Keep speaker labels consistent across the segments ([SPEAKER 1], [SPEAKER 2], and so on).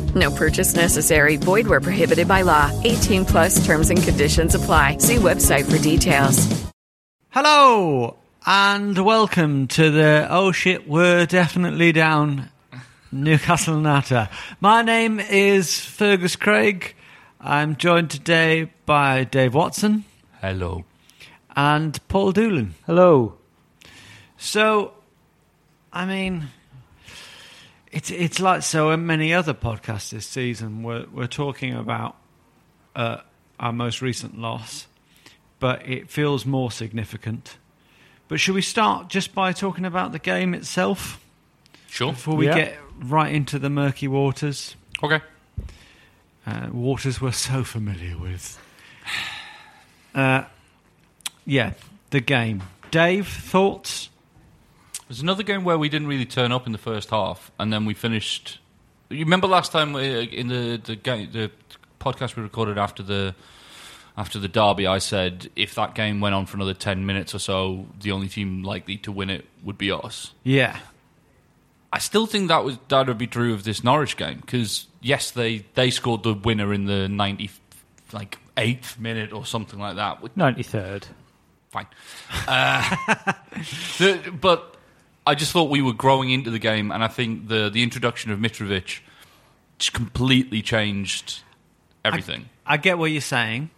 [SPEAKER 1] No purchase necessary. Void where prohibited by law. 18 plus terms and conditions apply. See website for details.
[SPEAKER 2] Hello and welcome to the Oh shit, we're definitely down Newcastle Nata. My name is Fergus Craig. I'm joined today by Dave Watson
[SPEAKER 3] Hello.
[SPEAKER 2] and Paul Doolan.
[SPEAKER 3] Hello.
[SPEAKER 2] So, I mean, it's it's like so many other podcasts this season. We're we're talking about uh, our most recent loss, but it feels more significant. But should we start just by talking about the game itself
[SPEAKER 3] Sure.
[SPEAKER 2] before we
[SPEAKER 3] Yeah.
[SPEAKER 2] get right into the murky waters?
[SPEAKER 3] Okay.
[SPEAKER 2] uh, waters we're so familiar with. Uh, yeah, the game. Dave, thoughts?
[SPEAKER 3] There's another game where we didn't really turn up in the first half, and then we finished. You remember last time uh, in the the, game, the podcast we recorded after the after the derby, I said if that game went on for another ten minutes or so, the only team likely to win it would be us.
[SPEAKER 2] Yeah,
[SPEAKER 3] I still think that was that would be true of this Norwich game because yes, they they scored the winner in the ninety like eighth minute or something like that, which-
[SPEAKER 4] 93rd.
[SPEAKER 3] fine. Uh, the- but I just thought we were growing into the game, and I think the the introduction of Mitrovic just completely changed everything.
[SPEAKER 2] I get what you're saying.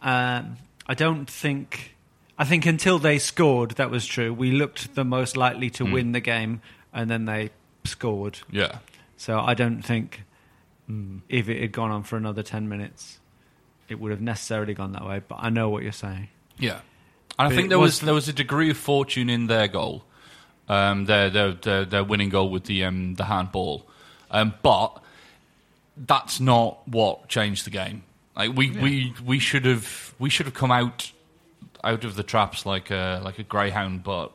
[SPEAKER 2] Um, I don't think. I think until they scored, that was true. We looked the most likely to win the game, and then they scored.
[SPEAKER 3] yeah,
[SPEAKER 2] So I don't think if it had gone on for another 10 minutes, it would have necessarily gone that way. But I know what you're saying.
[SPEAKER 3] yeah. And I
[SPEAKER 2] But
[SPEAKER 3] think
[SPEAKER 2] it
[SPEAKER 3] there was
[SPEAKER 2] wasn't-
[SPEAKER 3] there was a degree of fortune in their goal, um, their, their their their winning goal with the um, the handball, um, but that's not what changed the game. Like we, we, we should have we should have come out out of the traps like a like a greyhound, but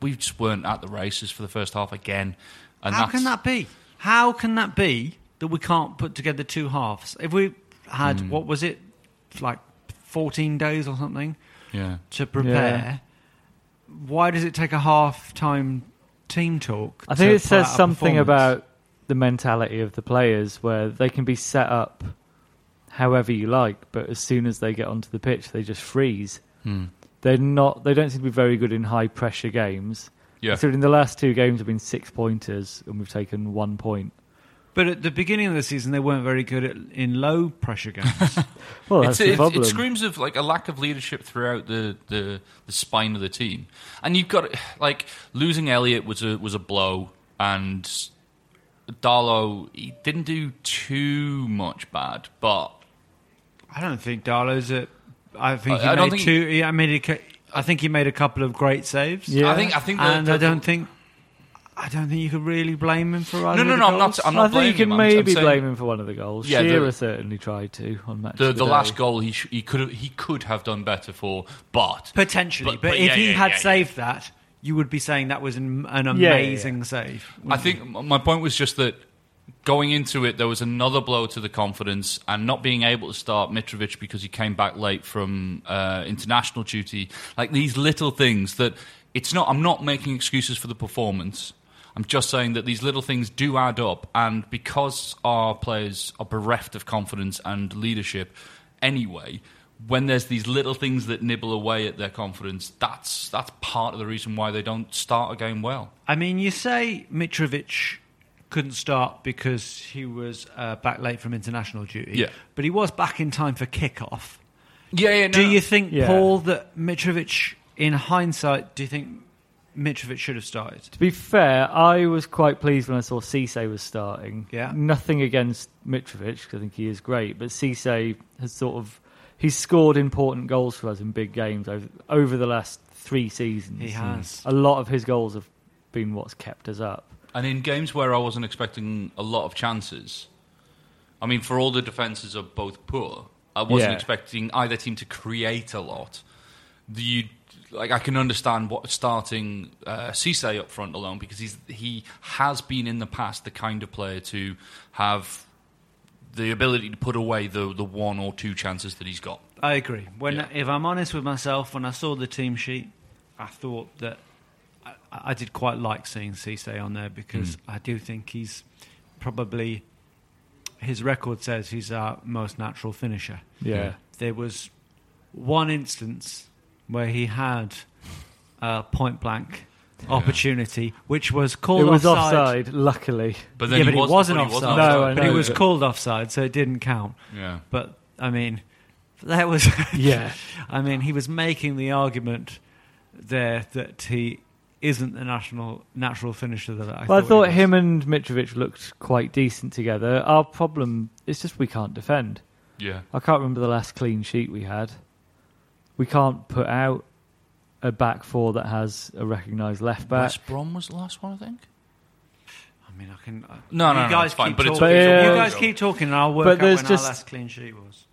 [SPEAKER 3] we just weren't at the races for the first half again. And
[SPEAKER 2] How
[SPEAKER 3] that's,
[SPEAKER 2] can that be? How can that be that we can't put together two halves? If we had what was it, like fourteen days or something
[SPEAKER 3] Yeah,
[SPEAKER 2] to prepare, why does it take a half-time team talk?
[SPEAKER 4] I think
[SPEAKER 2] to
[SPEAKER 4] it
[SPEAKER 2] put out
[SPEAKER 4] says
[SPEAKER 2] a
[SPEAKER 4] something
[SPEAKER 2] performance?
[SPEAKER 4] about the mentality of the players where they can be set up however you like, but as soon as they get onto the pitch, they just freeze. They're not. They don't seem to be very good in high pressure games.
[SPEAKER 3] yeah,
[SPEAKER 4] So in the last two games, have been six pointers and we've taken one point.
[SPEAKER 2] But at the beginning of the season, they weren't very good at, in low-pressure games.
[SPEAKER 4] Well, that's
[SPEAKER 3] It's,
[SPEAKER 4] the
[SPEAKER 3] it,
[SPEAKER 4] problem.
[SPEAKER 3] it screams of like a lack of leadership throughout the, the, the spine of the team, and you've got like losing Elliot was a was a blow, and Darlow he didn't do too much bad, but
[SPEAKER 2] I don't think Darlow's a. I think
[SPEAKER 3] I-
[SPEAKER 2] he
[SPEAKER 3] I
[SPEAKER 2] made
[SPEAKER 3] don't think-
[SPEAKER 2] two. He, I made. A, cou- I think he made a couple of great saves.
[SPEAKER 4] Yeah.
[SPEAKER 3] I think I think the-
[SPEAKER 2] and I
[SPEAKER 3] the-
[SPEAKER 2] don't think. I don't think you could really blame him for either
[SPEAKER 3] no
[SPEAKER 2] of
[SPEAKER 3] no
[SPEAKER 2] the
[SPEAKER 3] no I'm
[SPEAKER 2] goals.
[SPEAKER 3] not I'm
[SPEAKER 4] I
[SPEAKER 3] not
[SPEAKER 4] think you can
[SPEAKER 3] blaming him. I'm- I'm
[SPEAKER 4] maybe
[SPEAKER 3] saying
[SPEAKER 4] blame him for one of the goals.
[SPEAKER 3] Yeah, the-
[SPEAKER 4] Shearer certainly tried to on match.
[SPEAKER 3] the,
[SPEAKER 4] of
[SPEAKER 3] the last
[SPEAKER 4] day.
[SPEAKER 3] goal he sh- he could have he could have done better for, but
[SPEAKER 2] Potentially, but,
[SPEAKER 3] But- but
[SPEAKER 2] if
[SPEAKER 3] yeah,
[SPEAKER 2] he
[SPEAKER 3] yeah,
[SPEAKER 2] had
[SPEAKER 3] yeah, yeah.
[SPEAKER 2] saved that, you would be saying that was an, an
[SPEAKER 4] yeah, yeah.
[SPEAKER 2] amazing save.
[SPEAKER 3] I think m- my point was just that going into it, there was another blow to the confidence, and not being able to start Mitrovic because he came back late from uh, international duty. Like these little things that it's not. I'm not making excuses for the performance. I'm just saying that these little things do add up, and because our players are bereft of confidence and leadership, anyway. When there's these little things that nibble away at their confidence, that's that's part of the reason why they don't start a game well.
[SPEAKER 2] I mean, you say Mitrovic couldn't start because he was uh, back late from international duty.
[SPEAKER 3] Yeah.
[SPEAKER 2] But he was back in time for kickoff.
[SPEAKER 3] Yeah, yeah.
[SPEAKER 2] Do you think,
[SPEAKER 5] Yeah.
[SPEAKER 2] Paul, that Mitrovic, in hindsight, do you think Mitrovic should have started?
[SPEAKER 5] To be fair, I was quite pleased when I saw Cisse was starting.
[SPEAKER 2] Yeah.
[SPEAKER 5] Nothing against Mitrovic, 'cause I think he is great, but Cisse has sort of he's scored important goals for us in big games over, over the last three seasons.
[SPEAKER 3] He has.
[SPEAKER 5] A lot of his goals have been what's kept us up.
[SPEAKER 3] And in games where I wasn't expecting a lot of chances, I mean, for all the defences are both poor, I wasn't
[SPEAKER 5] Yeah.
[SPEAKER 3] expecting either team to create a lot. The- You, like, I can understand what starting uh, Cisse up front alone because he's he has been in the past the kind of player to have the ability to put away the the one or two chances that he's got.
[SPEAKER 2] I agree. When if I'm honest with myself, when I saw the team sheet, I thought that I, I did quite like seeing Cisse on there because
[SPEAKER 3] Mm.
[SPEAKER 2] I do think he's probably his record says he's our most natural finisher.
[SPEAKER 5] Yeah.
[SPEAKER 2] There was one instance where he had a point blank opportunity, which was called
[SPEAKER 5] it was
[SPEAKER 2] offside.
[SPEAKER 5] offside, luckily.
[SPEAKER 2] But then Yeah, he but it wasn't- wasn't but he wasn't offside.
[SPEAKER 5] No, I
[SPEAKER 2] but it
[SPEAKER 5] know,
[SPEAKER 2] was called offside, so it didn't count.
[SPEAKER 3] Yeah.
[SPEAKER 2] But I mean, that was
[SPEAKER 5] Yeah.
[SPEAKER 2] I mean, he was making the argument there that he isn't the national natural finisher that I
[SPEAKER 5] well, I
[SPEAKER 2] thought.
[SPEAKER 5] thought him and Mitrovic looked quite decent together. Our problem is just we can't defend.
[SPEAKER 3] Yeah.
[SPEAKER 5] I can't remember the last clean sheet we had. We can't put out a back four that has a recognised left back.
[SPEAKER 3] West Brom was the last one, I think.
[SPEAKER 2] I mean, I can. uh,
[SPEAKER 3] No, no,
[SPEAKER 2] you
[SPEAKER 3] no,
[SPEAKER 2] guys
[SPEAKER 3] it's fine,
[SPEAKER 2] keep
[SPEAKER 3] but it's-
[SPEAKER 2] talking.
[SPEAKER 3] it's all-
[SPEAKER 2] you guys keep talking, and I'll work
[SPEAKER 5] uh, But
[SPEAKER 2] out
[SPEAKER 5] there's
[SPEAKER 2] when
[SPEAKER 5] just-
[SPEAKER 2] our last clean sheet was.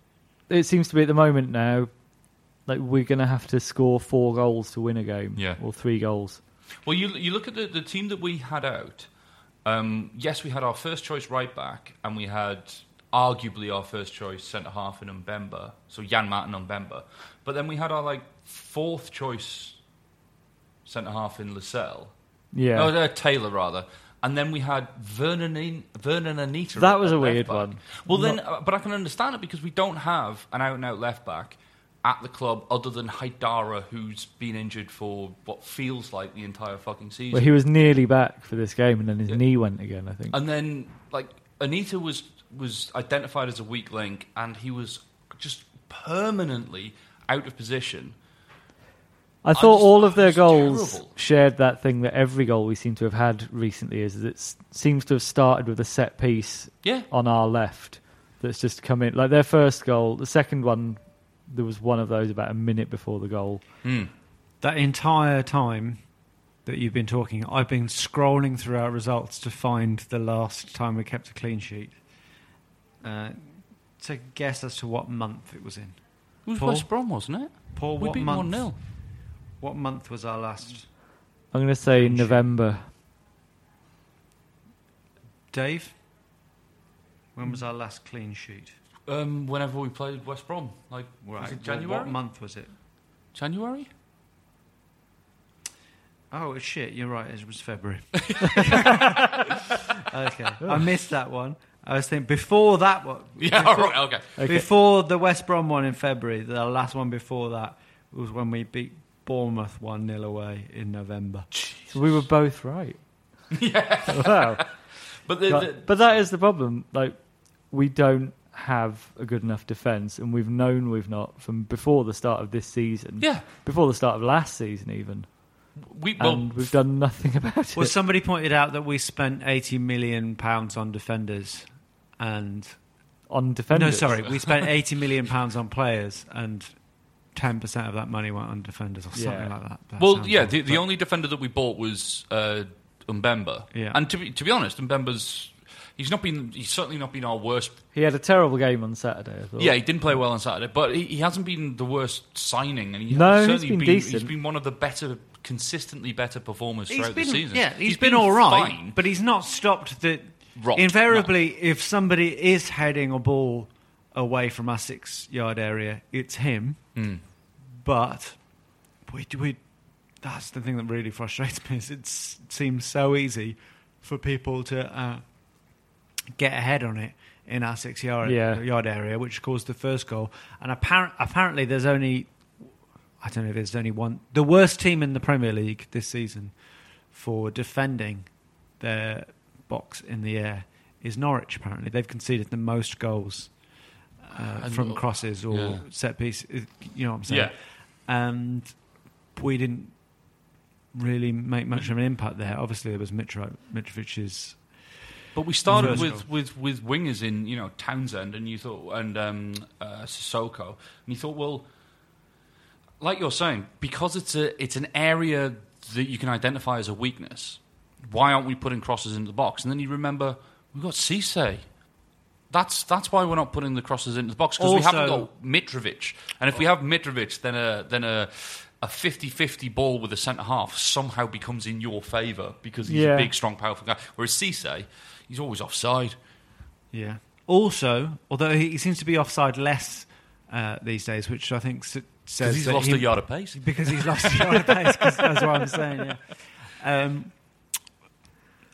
[SPEAKER 5] It seems to be at the moment now, like we're going to have to score four goals to win a game,
[SPEAKER 3] Yeah.
[SPEAKER 5] or three goals.
[SPEAKER 3] Well, you you look at the, the team that we had out. Um, yes, we had our first choice right back, and we had arguably our first choice centre half in Mbemba, so Jan Matt and Mbemba. But then we had our like fourth choice centre half in Lascelles.
[SPEAKER 5] Yeah.
[SPEAKER 3] oh, no, Taylor rather. And then we had Vernon, in, Vernon Anita.
[SPEAKER 5] That
[SPEAKER 3] at-
[SPEAKER 5] was
[SPEAKER 3] at
[SPEAKER 5] a
[SPEAKER 3] left
[SPEAKER 5] weird
[SPEAKER 3] back.
[SPEAKER 5] one.
[SPEAKER 3] Well, then,
[SPEAKER 5] Not-
[SPEAKER 3] uh, but I can understand it because we don't have an out and out left back at the club other than Haidara, who's been injured for what feels like the entire fucking season.
[SPEAKER 5] Well, he was nearly back for this game, and then his knee went again. I think.
[SPEAKER 3] And then, like Anita was was identified as a weak link, and he was just permanently out of position.
[SPEAKER 5] I thought
[SPEAKER 3] just-
[SPEAKER 5] all of their goals
[SPEAKER 3] terrible.
[SPEAKER 5] shared that thing that every goal we seem to have had recently is, is it s- seems to have started with a set piece
[SPEAKER 3] Yeah.
[SPEAKER 5] on our left that's just come in. Like their first goal, the second one, there was one of those about a minute before the goal.
[SPEAKER 2] That entire time that you've been talking, I've been scrolling through our results to find the last time we kept a clean sheet. Uh, to guess as to what month it was in.
[SPEAKER 3] It was
[SPEAKER 2] Paul?
[SPEAKER 3] West Brom, wasn't it?
[SPEAKER 2] Paul,
[SPEAKER 3] we
[SPEAKER 2] what
[SPEAKER 3] beat
[SPEAKER 2] month?
[SPEAKER 3] one 0
[SPEAKER 2] What month was our last?
[SPEAKER 5] I'm going to say November.
[SPEAKER 2] Dave, when was our last clean sheet?
[SPEAKER 3] Um, whenever we played West Brom, like was
[SPEAKER 2] Right,
[SPEAKER 3] it
[SPEAKER 2] well,
[SPEAKER 3] January?
[SPEAKER 2] What month was it?
[SPEAKER 3] January.
[SPEAKER 2] Oh shit! You're right. It was February. okay, I missed that one. I was thinking before that one.
[SPEAKER 3] Yeah,
[SPEAKER 2] before,
[SPEAKER 3] all right, okay. Okay.
[SPEAKER 2] Before the West Brom one in February, the last one before that was when we beat Bournemouth one 0 away in November.
[SPEAKER 5] So we were both right.
[SPEAKER 3] yeah.
[SPEAKER 5] Wow.
[SPEAKER 3] But the-
[SPEAKER 5] Like,
[SPEAKER 3] the-
[SPEAKER 5] but that is the problem. Like we don't have a good enough defence, and we've known we've not from before the start of this season.
[SPEAKER 3] Yeah.
[SPEAKER 5] Before the start of last season, even.
[SPEAKER 3] We well,
[SPEAKER 2] Um,
[SPEAKER 5] and we've done nothing about it.
[SPEAKER 2] Well, somebody pointed out that we spent eighty million pounds on defenders, and
[SPEAKER 5] on defenders.
[SPEAKER 2] No, sorry, we spent eighty million pounds on players, and ten percent of that money went on defenders or something
[SPEAKER 5] Yeah.
[SPEAKER 2] like that. That
[SPEAKER 3] well,
[SPEAKER 2] sounds
[SPEAKER 3] yeah.
[SPEAKER 2] odd,
[SPEAKER 3] The, the
[SPEAKER 2] but-
[SPEAKER 3] only defender that we bought was uh, Mbemba.
[SPEAKER 2] Yeah.
[SPEAKER 3] And to be to be honest, Mbemba's he's not been he's certainly not been our worst
[SPEAKER 5] He had a terrible game on Saturday. I thought.
[SPEAKER 3] Yeah, he didn't play well on Saturday, but he, he hasn't been the worst signing, and he's
[SPEAKER 5] No, he's
[SPEAKER 3] certainly
[SPEAKER 5] been
[SPEAKER 3] He's
[SPEAKER 5] decent.
[SPEAKER 3] been one of the better, consistently better performers
[SPEAKER 2] He's
[SPEAKER 3] throughout
[SPEAKER 2] been,
[SPEAKER 3] the season.
[SPEAKER 2] yeah, he's been, all right,
[SPEAKER 3] fine.
[SPEAKER 2] but he's not stopped the
[SPEAKER 3] rock.
[SPEAKER 2] Invariably, if somebody is heading a ball away from our six yard area, it's him.
[SPEAKER 3] Mm.
[SPEAKER 2] But we, we, that's the thing that really frustrates me is it's, it seems so easy for people to uh, get ahead on it in our six yard,
[SPEAKER 5] Yeah.
[SPEAKER 2] yard area, which caused the first goal. And appar- apparently, there's only I don't know if there's only one the worst team in the Premier League this season for defending their box in the air is Norwich. Apparently, they've conceded the most goals uh,
[SPEAKER 3] And-
[SPEAKER 2] from crosses or
[SPEAKER 3] yeah.
[SPEAKER 2] set piece. uh, You know what I'm saying? And we didn't really make much of an impact there. Obviously, there was Mitro, Mitrovic's.
[SPEAKER 3] But we started
[SPEAKER 2] Versatile.
[SPEAKER 3] with, with, with wingers in you know Townsend and you thought and um, uh, Sissoko and you thought well, like you're saying, because it's a it's an area that you can identify as a weakness. Why aren't we putting crosses into the box? And then you remember we've got Cisse. That's that's why we're not putting the crosses into the box because we haven't
[SPEAKER 2] Also-
[SPEAKER 3] got Mitrovic. And if we have Mitrovic, then a then a a 50-50 ball with a centre half somehow becomes in your favour because he's
[SPEAKER 2] Yeah.
[SPEAKER 3] a big, strong, powerful guy. Whereas Cisse, he's always offside.
[SPEAKER 2] Yeah. Also, although he, he seems to be offside less uh, these days, which I think s- says
[SPEAKER 3] he's
[SPEAKER 2] that
[SPEAKER 3] lost
[SPEAKER 2] he-
[SPEAKER 3] a yard of pace.
[SPEAKER 2] Because he's lost a yard of pace. 'cause that's what I'm saying. Yeah. Um,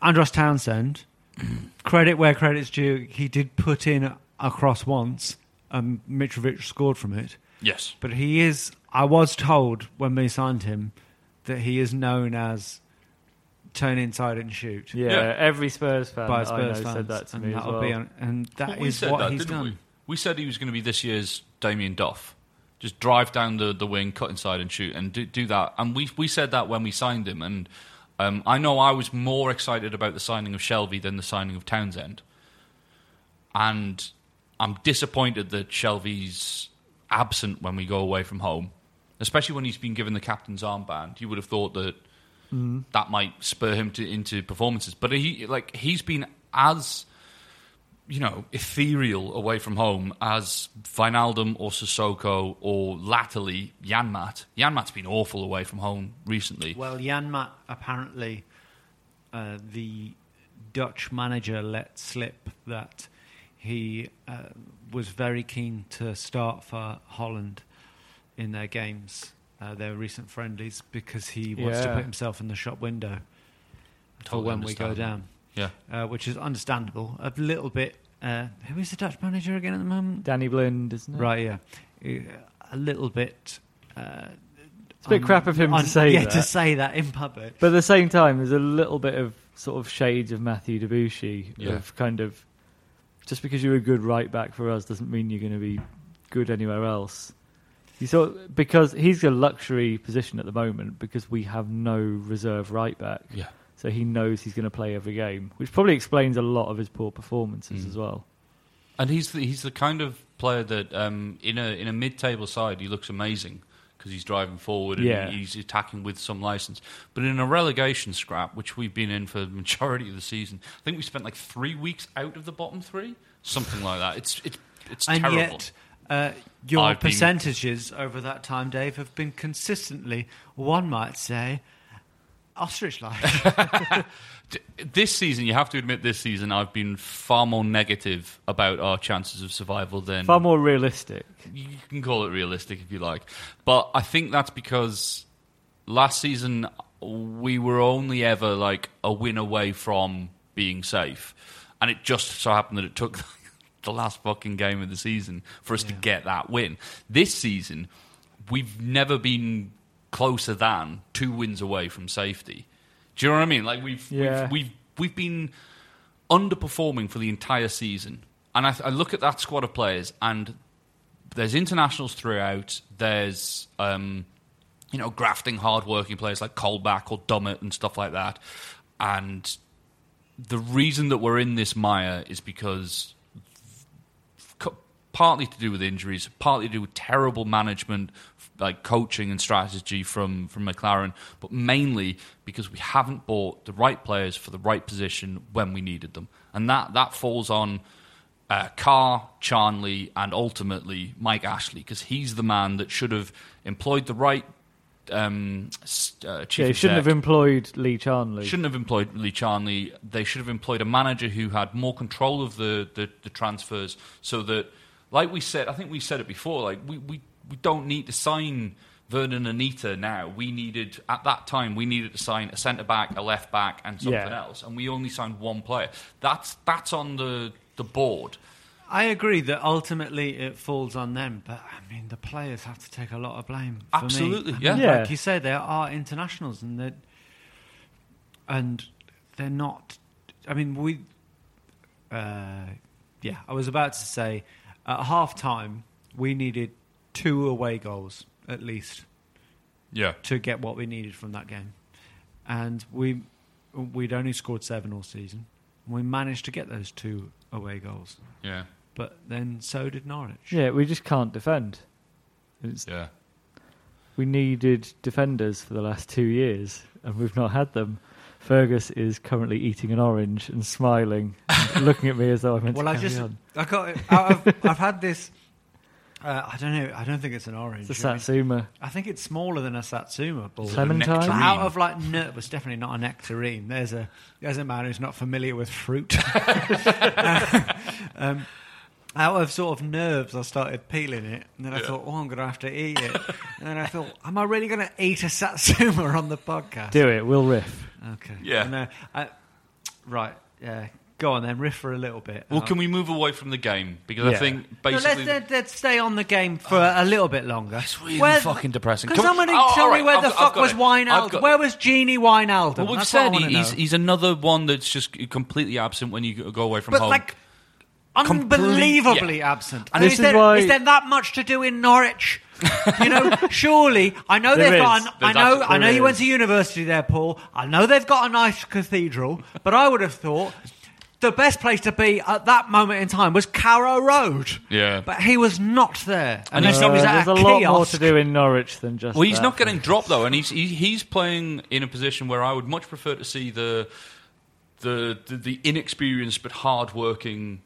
[SPEAKER 2] Andros Townsend, credit where credit's due. He did put in a cross once, and Mitrovic scored from it.
[SPEAKER 3] Yes.
[SPEAKER 2] But he is. I was told when we signed him that he is known as turn inside and shoot.
[SPEAKER 5] Yeah, Yeah. every Spurs fan
[SPEAKER 2] By
[SPEAKER 5] that I know
[SPEAKER 2] Spurs
[SPEAKER 5] said
[SPEAKER 2] fans,
[SPEAKER 5] that to
[SPEAKER 2] and
[SPEAKER 5] me as
[SPEAKER 2] that'll
[SPEAKER 5] well.
[SPEAKER 2] Be on, and that is
[SPEAKER 3] Well, we said
[SPEAKER 2] what
[SPEAKER 3] that,
[SPEAKER 2] he's
[SPEAKER 3] didn't
[SPEAKER 2] done.
[SPEAKER 3] We? we said he was going to be this year's Damien Duff. Just drive down the, the wing, cut inside and shoot, and do, do that. And we we said that when we signed him. And um, I know I was more excited about the signing of Shelby than the signing of Townsend. And I'm disappointed that Shelby's absent when we go away from home, especially when he's been given the captain's armband. You would have thought that
[SPEAKER 5] Mm.
[SPEAKER 3] that might spur him to into performances. But he like he's been as you know ethereal away from home as Vinaldum or Sissoko or latterly Yanmat. Yanmat's been awful away from home recently.
[SPEAKER 2] Well, Janmat apparently, uh, the Dutch manager let slip that he uh, was very keen to start for Holland in their games, uh, their recent friendlies, because he wants to
[SPEAKER 5] Yeah.
[SPEAKER 2] put himself in the shop window for
[SPEAKER 3] Totally
[SPEAKER 2] when we go down.
[SPEAKER 3] understandable. Yeah.
[SPEAKER 2] uh, which is understandable. A little bit. Uh, who is the Dutch manager again at the moment?
[SPEAKER 5] Danny Blind, isn't it?
[SPEAKER 2] Right, yeah. Uh, A little bit. Uh,
[SPEAKER 5] It's a bit
[SPEAKER 2] un-
[SPEAKER 5] crap of him
[SPEAKER 2] un-
[SPEAKER 5] to say
[SPEAKER 2] yeah,
[SPEAKER 5] that.
[SPEAKER 2] to say that in public.
[SPEAKER 5] But at the same time, there's a little bit of sort of shades of Matthew Debussy
[SPEAKER 3] Yeah.
[SPEAKER 5] of kind of just because you're a good right back for us doesn't mean you're going to be good anywhere else. You thought because he's a luxury position at the moment because we have no reserve right back.
[SPEAKER 3] Yeah.
[SPEAKER 5] So he knows he's going to play every game, which probably explains a lot of his poor performances
[SPEAKER 3] Mm.
[SPEAKER 5] as well.
[SPEAKER 3] And he's the, he's the kind of player that um, in a in a mid table side he looks amazing because he's driving forward and
[SPEAKER 5] Yeah.
[SPEAKER 3] he's attacking with some license. But in a relegation scrap, which we've been in for the majority of the season, I think we spent like three weeks out of the bottom three, something like that. It's it's it's
[SPEAKER 2] and
[SPEAKER 3] terrible.
[SPEAKER 2] yet, uh, your
[SPEAKER 3] I've been-
[SPEAKER 2] percentages over that time, Dave, have been consistently, one might say, ostrich like.
[SPEAKER 3] D- this season, you have to admit, this season I've been far more negative about our chances of survival than
[SPEAKER 5] Far more realistic.
[SPEAKER 3] you can call it realistic if you like. But I think that's because last season we were only ever like a win away from being safe. And it just so happened that it took the last fucking game of the season for us to get that win. This season, we've never been closer than two wins away from safety. Do you know what I mean? Like we've
[SPEAKER 5] Yeah.
[SPEAKER 3] we've, we've we've been underperforming for the entire season. And I, th- I look at that squad of players, and there's internationals throughout. There's um, you know grafting, hard-working players like Colback or Dummett and stuff like that. And the reason that we're in this mire is because co- partly to do with injuries, partly to do with terrible management, f- like coaching and strategy from from McLaren, but mainly because we haven't bought the right players for the right position when we needed them, and that that falls on. Uh, Carr, Charnley, and ultimately Mike Ashley, because he's the man that should have employed the right um, s- uh, chief
[SPEAKER 5] Yeah, he shouldn't
[SPEAKER 3] exec-
[SPEAKER 5] have employed Lee Charnley.
[SPEAKER 3] Shouldn't have employed Lee Charnley. They should have employed a manager who had more control of the, the, the transfers so that, like we said, I think we said it before, like we, we, we don't need to sign Vernon and Anita now. We needed, at that time, we needed to sign a centre back, a left back, and something
[SPEAKER 2] Yeah.
[SPEAKER 3] else. And we only signed one player. That's, that's on the, the board.
[SPEAKER 2] I agree that ultimately it falls on them, but I mean the players have to take a lot of blame. For me.
[SPEAKER 3] Absolutely,
[SPEAKER 2] I mean,
[SPEAKER 3] yeah.
[SPEAKER 2] Like
[SPEAKER 3] Yeah.
[SPEAKER 2] you say, they are internationals, and they and they're not. I mean, we. Uh, yeah, I was about to say at half time we needed two away goals at least.
[SPEAKER 3] Yeah.
[SPEAKER 2] To get what we needed from that game, and we we'd only scored seven all season. We managed to get those two away goals.
[SPEAKER 3] Yeah.
[SPEAKER 2] But then so did Norwich.
[SPEAKER 5] Yeah, we just can't defend. It's,
[SPEAKER 3] yeah.
[SPEAKER 5] We needed defenders for the last two years, and we've not had them. Fergus is currently eating an orange and smiling, looking at me as though I meant
[SPEAKER 2] Well,
[SPEAKER 5] to
[SPEAKER 2] I
[SPEAKER 5] carry
[SPEAKER 2] just
[SPEAKER 5] on.
[SPEAKER 2] I got it. I- I've, I've had this. Uh, I don't know. I don't think it's an orange.
[SPEAKER 5] It's a
[SPEAKER 2] I mean,
[SPEAKER 5] satsuma.
[SPEAKER 2] I think it's smaller than a satsuma ball.
[SPEAKER 5] It's a Clementine? nectarine.
[SPEAKER 2] Out of like, no, it's definitely not a nectarine. There's a there's a man who's not familiar with fruit. um, out of sort of nerves, I started peeling it, and then I
[SPEAKER 3] Yeah.
[SPEAKER 2] thought, oh, I'm going to have to eat it. and then I thought, am I really going to eat a satsuma on the podcast?
[SPEAKER 5] Do it. We'll riff.
[SPEAKER 2] Okay.
[SPEAKER 3] Yeah.
[SPEAKER 2] And, uh, I, right. Yeah. Go on then. Riff for a little bit.
[SPEAKER 3] Well,
[SPEAKER 2] Uh,
[SPEAKER 3] can we move away from the game? Because I
[SPEAKER 2] Yeah.
[SPEAKER 3] think
[SPEAKER 2] No,
[SPEAKER 3] basically. Oh.
[SPEAKER 2] let's, uh, let- let's stay on the game for a little bit longer. It's
[SPEAKER 3] really fucking depressing.
[SPEAKER 2] Because
[SPEAKER 3] Come-
[SPEAKER 2] I'm going to
[SPEAKER 3] Oh, all
[SPEAKER 2] tell
[SPEAKER 3] right,
[SPEAKER 2] you where
[SPEAKER 3] I've
[SPEAKER 2] the
[SPEAKER 3] got- I've
[SPEAKER 2] fuck
[SPEAKER 3] got
[SPEAKER 2] was
[SPEAKER 3] it.
[SPEAKER 2] Wijnaldum.
[SPEAKER 3] I've got
[SPEAKER 2] Where was Genie Wijnaldum?
[SPEAKER 3] Well, we've
[SPEAKER 2] That's what I
[SPEAKER 3] said
[SPEAKER 2] wanna
[SPEAKER 3] he, he's,
[SPEAKER 2] know.
[SPEAKER 3] he's another one that's just completely absent when you go away from
[SPEAKER 2] But,
[SPEAKER 3] home.
[SPEAKER 2] like,
[SPEAKER 3] Complete-
[SPEAKER 2] unbelievably
[SPEAKER 3] yeah.
[SPEAKER 2] absent.
[SPEAKER 3] And
[SPEAKER 2] And
[SPEAKER 3] this
[SPEAKER 2] is,
[SPEAKER 3] is
[SPEAKER 2] there,
[SPEAKER 3] why-
[SPEAKER 2] is there that much to do in Norwich? you know, surely I know
[SPEAKER 3] There
[SPEAKER 2] they've
[SPEAKER 3] is.
[SPEAKER 2] got. An, I
[SPEAKER 3] There's
[SPEAKER 2] know.
[SPEAKER 3] actually-
[SPEAKER 2] I know
[SPEAKER 3] there
[SPEAKER 2] you went
[SPEAKER 3] is.
[SPEAKER 2] to university there, Paul. I know they've got a nice cathedral, but I would have thought the best place to be at that moment in time was Carrow Road.
[SPEAKER 3] Yeah.
[SPEAKER 2] but he was not there,
[SPEAKER 3] And
[SPEAKER 2] and
[SPEAKER 3] he's
[SPEAKER 2] he
[SPEAKER 3] not-
[SPEAKER 2] was at
[SPEAKER 5] There's a
[SPEAKER 2] a,
[SPEAKER 5] lot more
[SPEAKER 2] kiosk.
[SPEAKER 5] to do in Norwich than just.
[SPEAKER 3] well, he's
[SPEAKER 5] that.
[SPEAKER 3] not getting dropped though, and he's he, he's playing in a position where I would much prefer to see the the the, the inexperienced but hard-working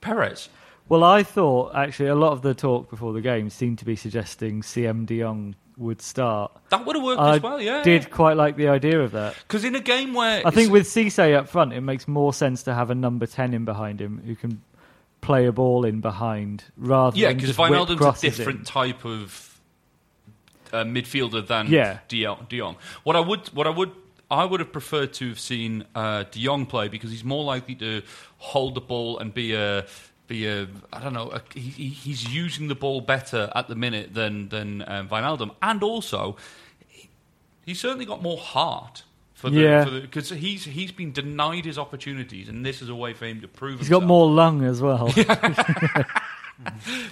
[SPEAKER 3] Perez.
[SPEAKER 5] Well, I thought actually a lot of the talk before the game seemed to be suggesting CM De Jong would start.
[SPEAKER 3] That would have worked
[SPEAKER 5] I
[SPEAKER 3] as well, yeah.
[SPEAKER 5] Did quite like the idea of that.
[SPEAKER 3] Because in a game where
[SPEAKER 5] I
[SPEAKER 3] it's-
[SPEAKER 5] think with Cisse up front, it makes more sense to have a number ten in behind him who can play a ball in behind rather
[SPEAKER 3] yeah,
[SPEAKER 5] than
[SPEAKER 3] because
[SPEAKER 5] just whip
[SPEAKER 3] Wijnaldum's a
[SPEAKER 5] crosses in.
[SPEAKER 3] different type of uh, midfielder than
[SPEAKER 5] Yeah.
[SPEAKER 3] De Jong- De Jong. What I would, what I would, I would have preferred to have seen uh, De Jong play because he's more likely to hold the ball and be a be a I don't know. A, he, he- he's using the ball better at the minute than than um, Wijnaldum, and also he- he's certainly got more heart. For the,
[SPEAKER 5] Yeah.
[SPEAKER 3] because he's he's been denied his opportunities, and this is a way for him to prove.
[SPEAKER 5] He's
[SPEAKER 3] himself
[SPEAKER 5] got more lung as well.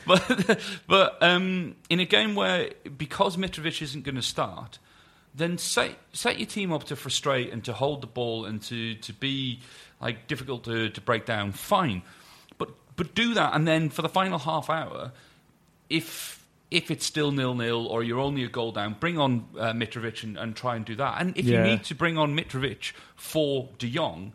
[SPEAKER 3] but but um, in a game where because Mitrovic isn't going to start, then set set your team up to frustrate and to hold the ball and to, to be like difficult to, to break down. Fine, but but do that and then for the final half hour, if if it's still nil nil or you're only a goal down, bring on uh, Mitrovic and, and try and do that. And if
[SPEAKER 5] Yeah.
[SPEAKER 3] you need to bring on Mitrovic for De Jong,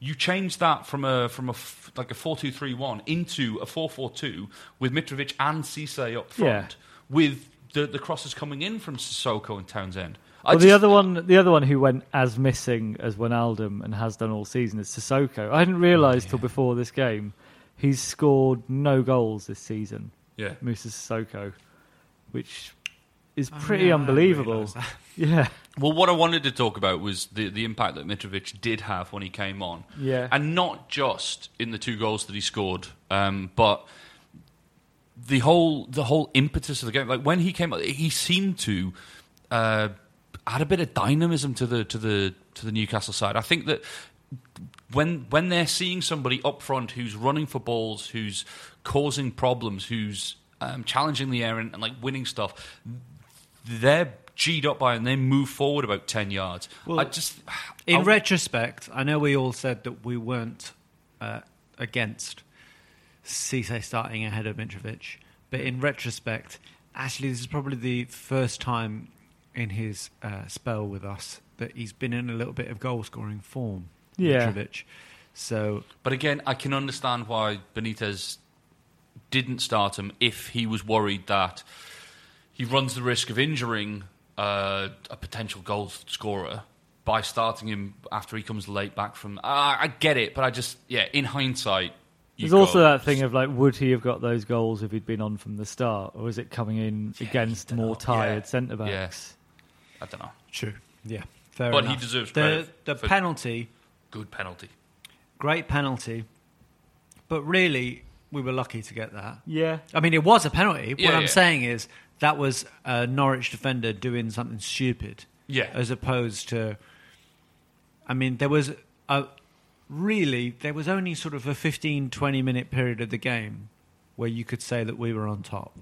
[SPEAKER 3] you change that from a from a f- like a four two three one into a four four two with Mitrovic and Cisse up front, with the the crosses coming in from Sissoko and Townsend. I
[SPEAKER 5] Well, the
[SPEAKER 3] just-
[SPEAKER 5] other one, the other one who went as missing as Wijnaldum and has done all season is Sissoko. I hadn't realised till before this game he's scored no goals this season.
[SPEAKER 3] Yeah.
[SPEAKER 5] Musa Sissoko, which is
[SPEAKER 2] Oh,
[SPEAKER 5] pretty
[SPEAKER 2] yeah, I hadn't
[SPEAKER 5] unbelievable.
[SPEAKER 2] realised that.
[SPEAKER 5] Yeah,
[SPEAKER 3] Well, what I wanted to talk about was the, the impact that Mitrovic did have when he came on.
[SPEAKER 5] Yeah.
[SPEAKER 3] And not just in the two goals that he scored, um, but the whole the whole impetus of the game. Like when he came on, he seemed to uh, add a bit of dynamism to the to the to the Newcastle side. I think that when when they're seeing somebody up front who's running for balls, who's causing problems, who's um, challenging the air and, and like winning stuff, they're G'd up by and they move forward about ten yards. I just
[SPEAKER 2] in
[SPEAKER 3] I'll-
[SPEAKER 2] retrospect, I know we all said that we weren't uh, against Cisse starting ahead of Mitrovic, but in retrospect, actually, this is probably the first time in his uh, spell with us that he's been in a little bit of goal scoring form.
[SPEAKER 3] Yeah.
[SPEAKER 2] Mitrovic. So
[SPEAKER 3] But again, I can understand why Benitez didn't start him if he was worried that he runs the risk of injuring uh, a potential goal scorer by starting him after he comes late back from. I I get it, but I just yeah. In hindsight, you
[SPEAKER 5] There's also
[SPEAKER 3] go,
[SPEAKER 5] that thing of like, would he have got those goals if he'd been on from the start, or is it coming in against more tired centre backs?
[SPEAKER 3] I don't know.
[SPEAKER 2] True. Yeah. Fair
[SPEAKER 3] but
[SPEAKER 2] enough.
[SPEAKER 3] he deserves
[SPEAKER 2] the
[SPEAKER 3] credit
[SPEAKER 2] the
[SPEAKER 3] for-
[SPEAKER 2] penalty.
[SPEAKER 3] Good penalty.
[SPEAKER 2] Great penalty. But really, we were lucky to get that.
[SPEAKER 5] Yeah.
[SPEAKER 2] I mean, it was a penalty.
[SPEAKER 3] Yeah,
[SPEAKER 2] what I'm
[SPEAKER 3] yeah.
[SPEAKER 2] saying is that was a Norwich defender doing something stupid.
[SPEAKER 3] Yeah.
[SPEAKER 2] As opposed to, I mean, there was a really, there was only sort of a 15, 20 minute period of the game where you could say that we were on top.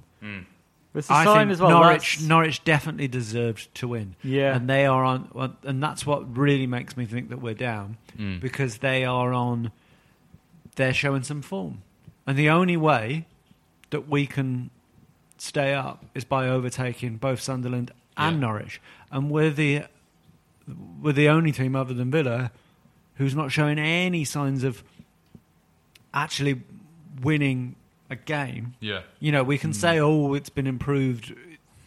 [SPEAKER 5] It's a
[SPEAKER 2] I
[SPEAKER 5] sign
[SPEAKER 2] think
[SPEAKER 5] as well.
[SPEAKER 2] Norwich,
[SPEAKER 5] that's-
[SPEAKER 2] Norwich definitely deserved to win.
[SPEAKER 5] Yeah.
[SPEAKER 2] and they are on, well, and that's what really makes me think that we're down
[SPEAKER 3] Mm.
[SPEAKER 2] because they are on. They're showing some form, and the only way that we can stay up is by overtaking both Sunderland and Norwich, and we're the we're the only team other than Villa who's not showing any signs of actually winning a game.
[SPEAKER 3] Yeah. Hmm.
[SPEAKER 2] You know, we can say, oh, it's been improved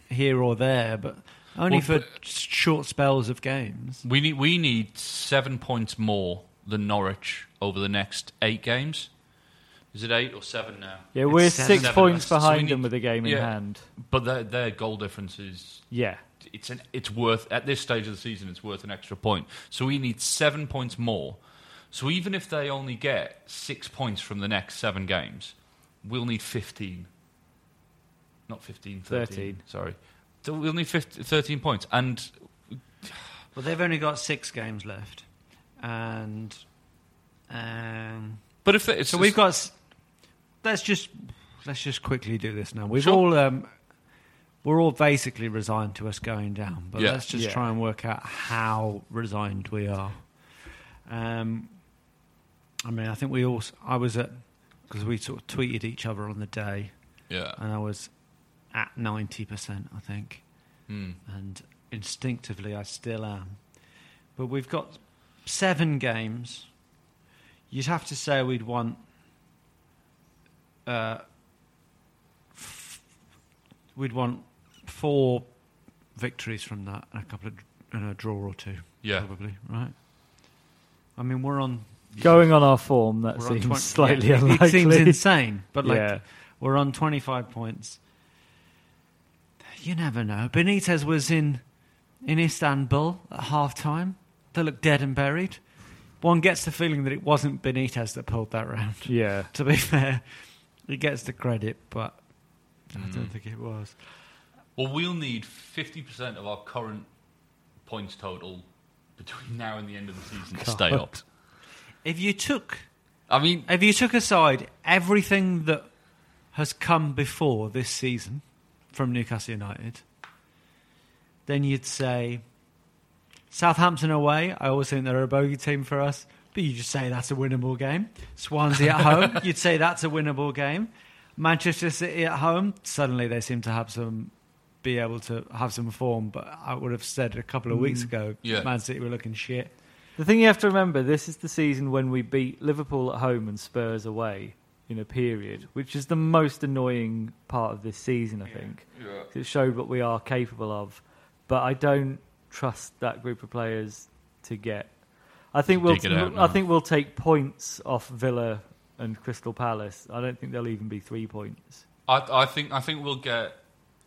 [SPEAKER 2] here or there, but only
[SPEAKER 3] Well,
[SPEAKER 2] for short spells of games.
[SPEAKER 3] We need we need seven points more than Norwich over the next eight games. Is it eight or seven now?
[SPEAKER 5] Yeah, we're
[SPEAKER 3] It's
[SPEAKER 5] six
[SPEAKER 3] seven.
[SPEAKER 5] points
[SPEAKER 3] So we
[SPEAKER 5] behind
[SPEAKER 3] need-
[SPEAKER 5] them with a game in hand.
[SPEAKER 3] But their their goal difference is
[SPEAKER 5] Yeah.
[SPEAKER 3] It's an, it's worth at this stage of the season it's worth an extra point. So we need seven points more. So even if they only get six points from the next seven games, we'll need fifteen. Not 15, 13.
[SPEAKER 5] Thirteen.
[SPEAKER 3] Sorry. So we'll need 15, 13 points. And
[SPEAKER 2] Well, they've only got six games left, and um,
[SPEAKER 3] But if it's
[SPEAKER 2] so, we've got. s- Let's just let's just quickly do this now. We've
[SPEAKER 3] Sure.
[SPEAKER 2] all um, we're all basically resigned to us going down, but
[SPEAKER 3] Yeah.
[SPEAKER 2] let's just
[SPEAKER 3] Yeah.
[SPEAKER 2] try and work out how resigned we are. Um, I mean, I think we all. s- I was at because we sort of tweeted each other on the day.
[SPEAKER 3] Yeah.
[SPEAKER 2] and I was at ninety percent, I think,
[SPEAKER 3] Hmm.
[SPEAKER 2] and instinctively I still am. But we've got seven games. You'd have to say we'd want. Uh, f- we'd want four victories from that, and a couple of and a draw or two.
[SPEAKER 3] Yeah.
[SPEAKER 2] probably right. I mean, we're on
[SPEAKER 5] Going on our form, that
[SPEAKER 2] we're on
[SPEAKER 5] seems
[SPEAKER 2] 20
[SPEAKER 5] slightly
[SPEAKER 2] yeah, it-
[SPEAKER 5] unlikely.
[SPEAKER 2] It seems insane, but like
[SPEAKER 5] Yeah.
[SPEAKER 2] we're on 25 points. You never know. Benitez was in in Istanbul at half time. They looked dead and buried. One gets the feeling that it wasn't Benitez that pulled that round.
[SPEAKER 5] Yeah.
[SPEAKER 2] To be fair, he gets the credit, but I don't
[SPEAKER 5] Mm.
[SPEAKER 2] think it was.
[SPEAKER 3] Well, we'll need 50% of our current points total between now and the end of the season to stay
[SPEAKER 2] God.
[SPEAKER 3] up.
[SPEAKER 2] If you took,
[SPEAKER 3] I mean,
[SPEAKER 2] if you took aside everything that has come before this season from Newcastle United, then you'd say Southampton away. I always think they're a bogey team for us, but you just say that's a winnable game. Swansea at home, you'd say that's a winnable game. Manchester City at home, suddenly they seem to have some be able to have some form, but I would have said a couple of weeks
[SPEAKER 5] Mm.
[SPEAKER 2] ago,
[SPEAKER 5] Yeah.
[SPEAKER 2] Man City were looking shit.
[SPEAKER 5] The thing you have to remember, this is the season when we beat Liverpool at home and Spurs away in a period, which is the most annoying part of this season, I think.
[SPEAKER 3] Yeah.
[SPEAKER 5] It showed what we are capable of, but I don't trust that group of players to get. I think
[SPEAKER 3] To
[SPEAKER 5] we'll.
[SPEAKER 3] dig it out
[SPEAKER 5] I
[SPEAKER 3] now.
[SPEAKER 5] think we'll take points off Villa and Crystal Palace. I don't think they'll even be three points.
[SPEAKER 3] I, I think I think we'll get.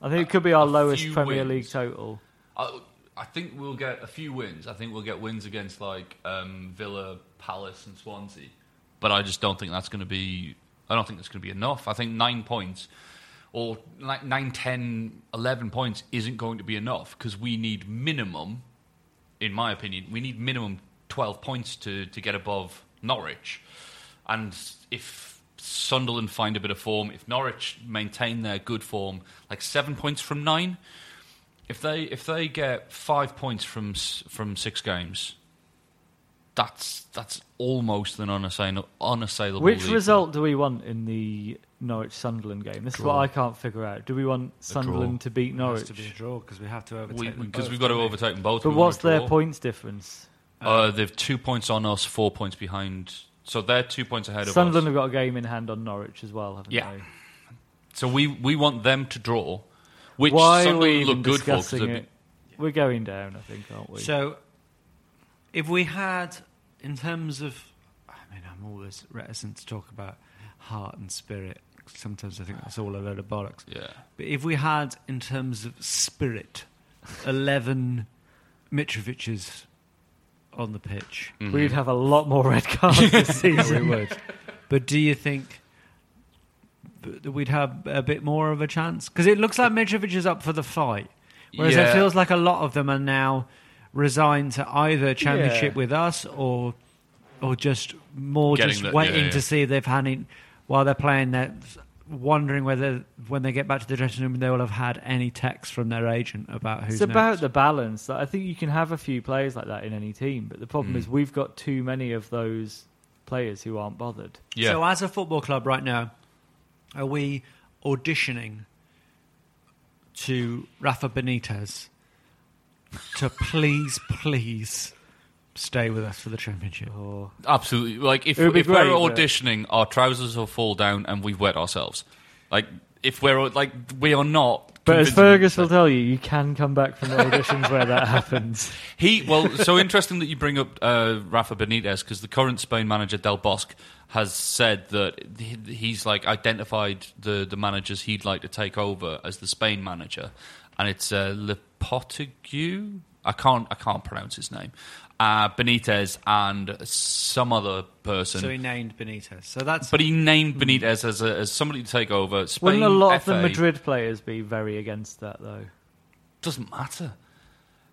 [SPEAKER 5] I think it could be our
[SPEAKER 3] a
[SPEAKER 5] lowest
[SPEAKER 3] few
[SPEAKER 5] Premier
[SPEAKER 3] wins.
[SPEAKER 5] League total.
[SPEAKER 3] I, I think we'll get a few wins. I think we'll get wins against like um, Villa, Palace, and Swansea. But I just don't think that's going to be. I don't think that's going to be enough. I think nine points or like nine, ten, eleven points isn't going to be enough because we need minimum, in my opinion, we need minimum 12 points to, to get above Norwich. And if Sunderland find a bit of form, if Norwich maintain their good form, like seven points from nine, if they if they get five points from s- from six games, that's that's almost an unassail- unassailable.
[SPEAKER 5] Which
[SPEAKER 3] lead.
[SPEAKER 5] result do we want in the Norwich Sunderland game? This is what
[SPEAKER 3] Draw.
[SPEAKER 5] I can't figure out. Do we want Sunderland to beat
[SPEAKER 2] It
[SPEAKER 5] Norwich?
[SPEAKER 2] has to be a draw because we have to overtake
[SPEAKER 3] We-
[SPEAKER 2] them
[SPEAKER 3] because
[SPEAKER 2] both,
[SPEAKER 3] we've got to
[SPEAKER 2] don't we?
[SPEAKER 3] overtake them both.
[SPEAKER 5] But
[SPEAKER 3] We
[SPEAKER 5] what's
[SPEAKER 3] want a
[SPEAKER 5] their
[SPEAKER 3] draw.
[SPEAKER 5] points difference?
[SPEAKER 3] Uh, they've two points on us, four points behind. So they're two points ahead of us.
[SPEAKER 5] Sunderland have got a game in hand on Norwich as well, haven't
[SPEAKER 3] Yeah.
[SPEAKER 5] they?
[SPEAKER 3] So we we want them to draw, which
[SPEAKER 5] Why are we
[SPEAKER 3] Sunderland
[SPEAKER 5] even
[SPEAKER 3] look good for because
[SPEAKER 5] discussing
[SPEAKER 3] they've been-
[SPEAKER 5] it? We're going down, I think, aren't we?
[SPEAKER 2] So, if we had, in terms of, I mean, I'm always reticent to talk about heart and spirit. Sometimes I think that's all a load of bollocks.
[SPEAKER 3] Yeah.
[SPEAKER 2] But if we had, in terms of spirit, 11 Mitrovic's on the pitch,
[SPEAKER 3] Mm-hmm.
[SPEAKER 5] Mhm. We'd have a lot more red cards this season.
[SPEAKER 2] we would. But do you think that we'd have a bit more of a chance? Because it looks like Mitrovic is up for the fight, whereas
[SPEAKER 3] Yeah.
[SPEAKER 2] it feels like a lot of them are now resigned to either championship
[SPEAKER 3] Yeah.
[SPEAKER 2] with us or or just more
[SPEAKER 3] Getting
[SPEAKER 2] just
[SPEAKER 3] the-
[SPEAKER 2] waiting
[SPEAKER 3] yeah, yeah.
[SPEAKER 2] to see if they've had any, while they're playing they're wondering whether when they get back to the dressing room they will have had any text from their agent about who's
[SPEAKER 5] it's about the balance. Like, I think you can have a few players like that in any team, but the problem
[SPEAKER 2] Mm.
[SPEAKER 5] is we've got too many of those players who aren't bothered.
[SPEAKER 2] So, as a football club right now, are we auditioning to Rafa Benitez to please, please stay with us for the championship?
[SPEAKER 5] Oh.
[SPEAKER 3] Absolutely. Like if,
[SPEAKER 2] It would be
[SPEAKER 3] if we're
[SPEAKER 2] great, but-
[SPEAKER 3] auditioning, our trousers will fall down and we've wet ourselves. Like if we're like we are not.
[SPEAKER 5] But as
[SPEAKER 3] convincing-
[SPEAKER 5] Fergus will tell you, you can come back from the auditions where that happens.
[SPEAKER 3] He well, so interesting that you bring up uh, Rafa Benitez because the current Spain manager Del Bosque has said that he- he's like identified the the managers he'd like to take over as the Spain manager, and it's uh, Lepotigu. I can't I can't pronounce his name. Uh, Benitez and some other person.
[SPEAKER 2] So he named Benitez. So that's
[SPEAKER 3] but he named Benitez as, a, as somebody to take over. Spain
[SPEAKER 5] Wouldn't a lot
[SPEAKER 3] FA,
[SPEAKER 5] of the Madrid players be very against that, though?
[SPEAKER 3] doesn't matter.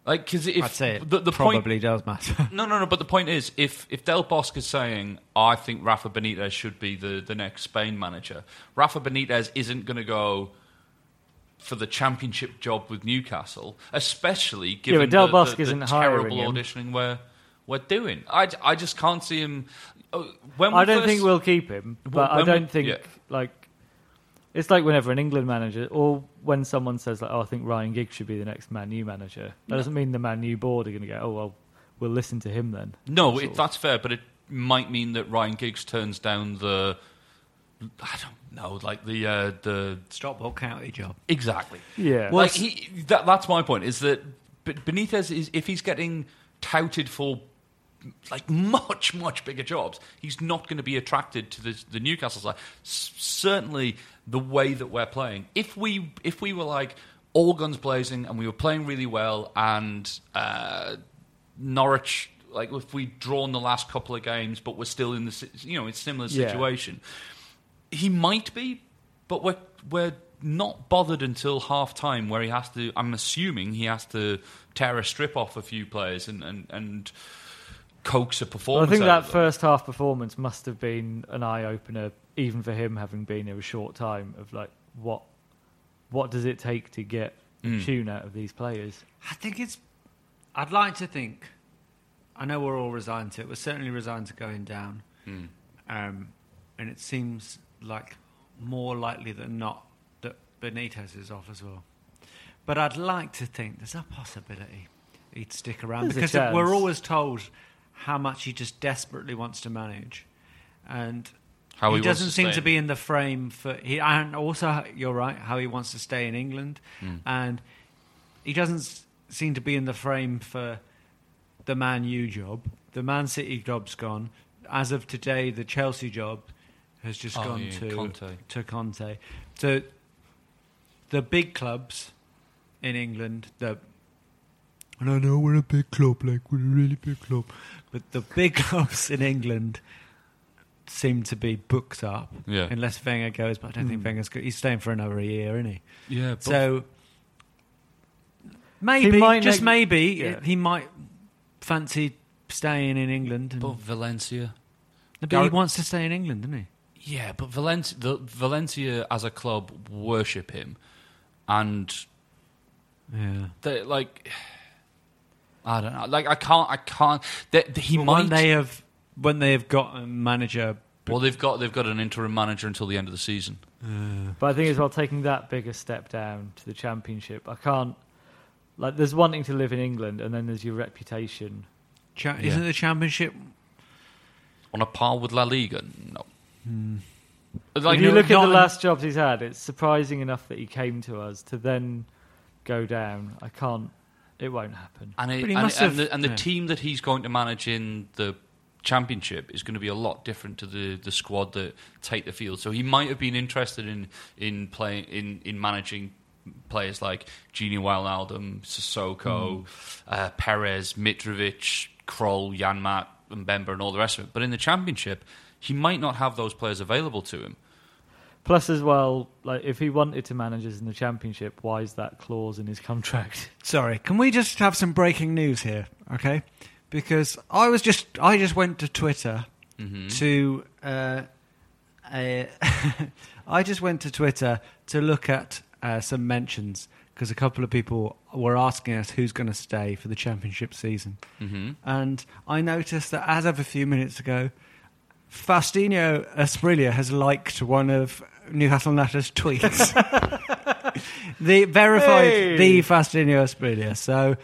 [SPEAKER 3] Like because if
[SPEAKER 2] I'd say it
[SPEAKER 3] the, the point-
[SPEAKER 2] probably does matter.
[SPEAKER 3] no, no, no. But the point is, if if Del Bosque is saying, I think Rafa Benitez should be the, the next Spain manager, Rafa Benitez isn't going to go for the championship job with Newcastle, especially given
[SPEAKER 5] but Del
[SPEAKER 3] the,
[SPEAKER 5] Bosque
[SPEAKER 3] the, the
[SPEAKER 5] isn't
[SPEAKER 3] terrible
[SPEAKER 5] hiring him.
[SPEAKER 3] auditioning we're, we're doing. I, I just can't see him. oh, When we
[SPEAKER 5] I don't
[SPEAKER 3] first-
[SPEAKER 5] think we'll keep him, but
[SPEAKER 3] Well,
[SPEAKER 5] I
[SPEAKER 3] when we-
[SPEAKER 5] don't think
[SPEAKER 3] yeah.
[SPEAKER 5] like it's like whenever an England manager or when someone says like, "Oh, I think Ryan Giggs should be the next Man U manager." That
[SPEAKER 3] No.
[SPEAKER 5] doesn't mean the Man U board are going to go, "Oh, well, we'll listen to him then."
[SPEAKER 3] No,
[SPEAKER 5] Sort
[SPEAKER 3] it,
[SPEAKER 5] of.
[SPEAKER 3] that's fair, but it might mean that Ryan Giggs turns down the. I don't know, like the uh, the
[SPEAKER 2] Stockport County job.
[SPEAKER 3] Exactly.
[SPEAKER 5] Yeah.
[SPEAKER 3] Well, like he, that, that's my point. Is that B- Benitez is if he's getting touted for like much much bigger jobs, he's not going to be attracted to the, the Newcastle side. S- certainly, the way that we're playing. If we if we were like all guns blazing and we were playing really well and uh, Norwich. Like if we'd drawn the last couple of games, but we're still in the si- you know it's similar
[SPEAKER 5] Yeah.
[SPEAKER 3] situation. He might be, but we're we're not bothered until half time where he has to I'm assuming he has to tear a strip off a few players and, and, and coax a
[SPEAKER 5] Well, I
[SPEAKER 3] performance.
[SPEAKER 5] think
[SPEAKER 3] out
[SPEAKER 5] that
[SPEAKER 3] of them.
[SPEAKER 5] first half performance must have been an eye opener, even for him having been here a short time. Of like, what what does it take to get
[SPEAKER 2] Mm.
[SPEAKER 5] a tune out of these players?
[SPEAKER 2] I think it's. I'd like to think. I know we're all resigned to it. We're certainly resigned to going down.
[SPEAKER 3] Mm.
[SPEAKER 2] Um, and it seems like more likely than not that Benitez is off as well. But I'd like to think there's a possibility he'd stick around
[SPEAKER 5] There's a
[SPEAKER 2] because
[SPEAKER 5] chance.
[SPEAKER 2] we're always told how much he just desperately wants to manage, and
[SPEAKER 3] How he
[SPEAKER 2] he,
[SPEAKER 3] wants
[SPEAKER 2] doesn't
[SPEAKER 3] to
[SPEAKER 2] seem
[SPEAKER 3] stay
[SPEAKER 2] to
[SPEAKER 3] in-
[SPEAKER 2] be in the frame for. He, and also, you're right, how he wants to stay in England,
[SPEAKER 3] Mm.
[SPEAKER 2] and he doesn't s- seem to be in the frame for the Man U job. The Man City job's gone. As of today, the Chelsea job has just
[SPEAKER 3] Oh,
[SPEAKER 2] gone
[SPEAKER 3] yeah,
[SPEAKER 2] to
[SPEAKER 3] Conte.
[SPEAKER 2] to Conte. So the big clubs in England, the and I know we're a big club, like we're a really big club, but the big clubs in England seem to be booked up.
[SPEAKER 3] Yeah.
[SPEAKER 2] Unless Wenger goes, but I don't think
[SPEAKER 5] Hmm.
[SPEAKER 2] Wenger's go- he's staying for another year, isn't he?
[SPEAKER 3] Yeah, but-
[SPEAKER 2] so maybe
[SPEAKER 5] might
[SPEAKER 2] just
[SPEAKER 5] neg-
[SPEAKER 2] maybe
[SPEAKER 5] Yeah.
[SPEAKER 2] he might fancy staying in England. And,
[SPEAKER 3] But Valencia.
[SPEAKER 2] No, but he
[SPEAKER 3] Gareth-
[SPEAKER 2] wants to stay in England, doesn't he?
[SPEAKER 3] Yeah, but Valencia, the, Valencia as a club worship him, and
[SPEAKER 2] yeah,
[SPEAKER 3] they like I don't know. Like I can't, I can't. They, they- he
[SPEAKER 2] But
[SPEAKER 3] might.
[SPEAKER 2] when they have when they have got a manager.
[SPEAKER 3] well, they've got they've got an interim manager until the end of the season.
[SPEAKER 5] But I think as well, taking that bigger step down to the championship, I can't. Like, there's wanting to live in England, and then there's your reputation.
[SPEAKER 2] Cha- Isn't the championship
[SPEAKER 3] on a par with La Liga? No.
[SPEAKER 5] Hmm. if you
[SPEAKER 3] no-
[SPEAKER 5] look at
[SPEAKER 3] not
[SPEAKER 5] the
[SPEAKER 3] in-
[SPEAKER 5] last jobs he's had, it's surprising enough that he came to us to then go down. I can't. It won't happen.
[SPEAKER 3] And, it,
[SPEAKER 5] But
[SPEAKER 3] and,
[SPEAKER 5] he
[SPEAKER 3] and,
[SPEAKER 5] must have-
[SPEAKER 3] the, and the
[SPEAKER 5] yeah.
[SPEAKER 3] team that he's going to manage in the championship is going to be a lot different to the, the squad that take the field. So he might have been interested in in playing in, in managing players like Genie Wijnaldum,
[SPEAKER 5] Hmm.
[SPEAKER 3] Sissoko, uh, Perez, Mitrovic, Kroll, Janmat, and Bemba, and all the rest of it. But in the championship, he might not have those players available to him.
[SPEAKER 5] Plus, as well, like if he wanted to manage us in the championship, why is that clause in his contract?
[SPEAKER 2] Sorry, can we just have some breaking news here, okay? Because I was just I just went to Twitter
[SPEAKER 3] Mhm.
[SPEAKER 2] to uh, a- I just went to Twitter to look at uh, some mentions because a couple of people were asking us who's going to stay for the championship season,
[SPEAKER 3] Mhm.
[SPEAKER 2] and I noticed that as of a few minutes ago, Faustino Esprilia has liked one of Newcastle Natter's tweets. the verified
[SPEAKER 5] Hey.
[SPEAKER 2] the Faustino Esprilia. So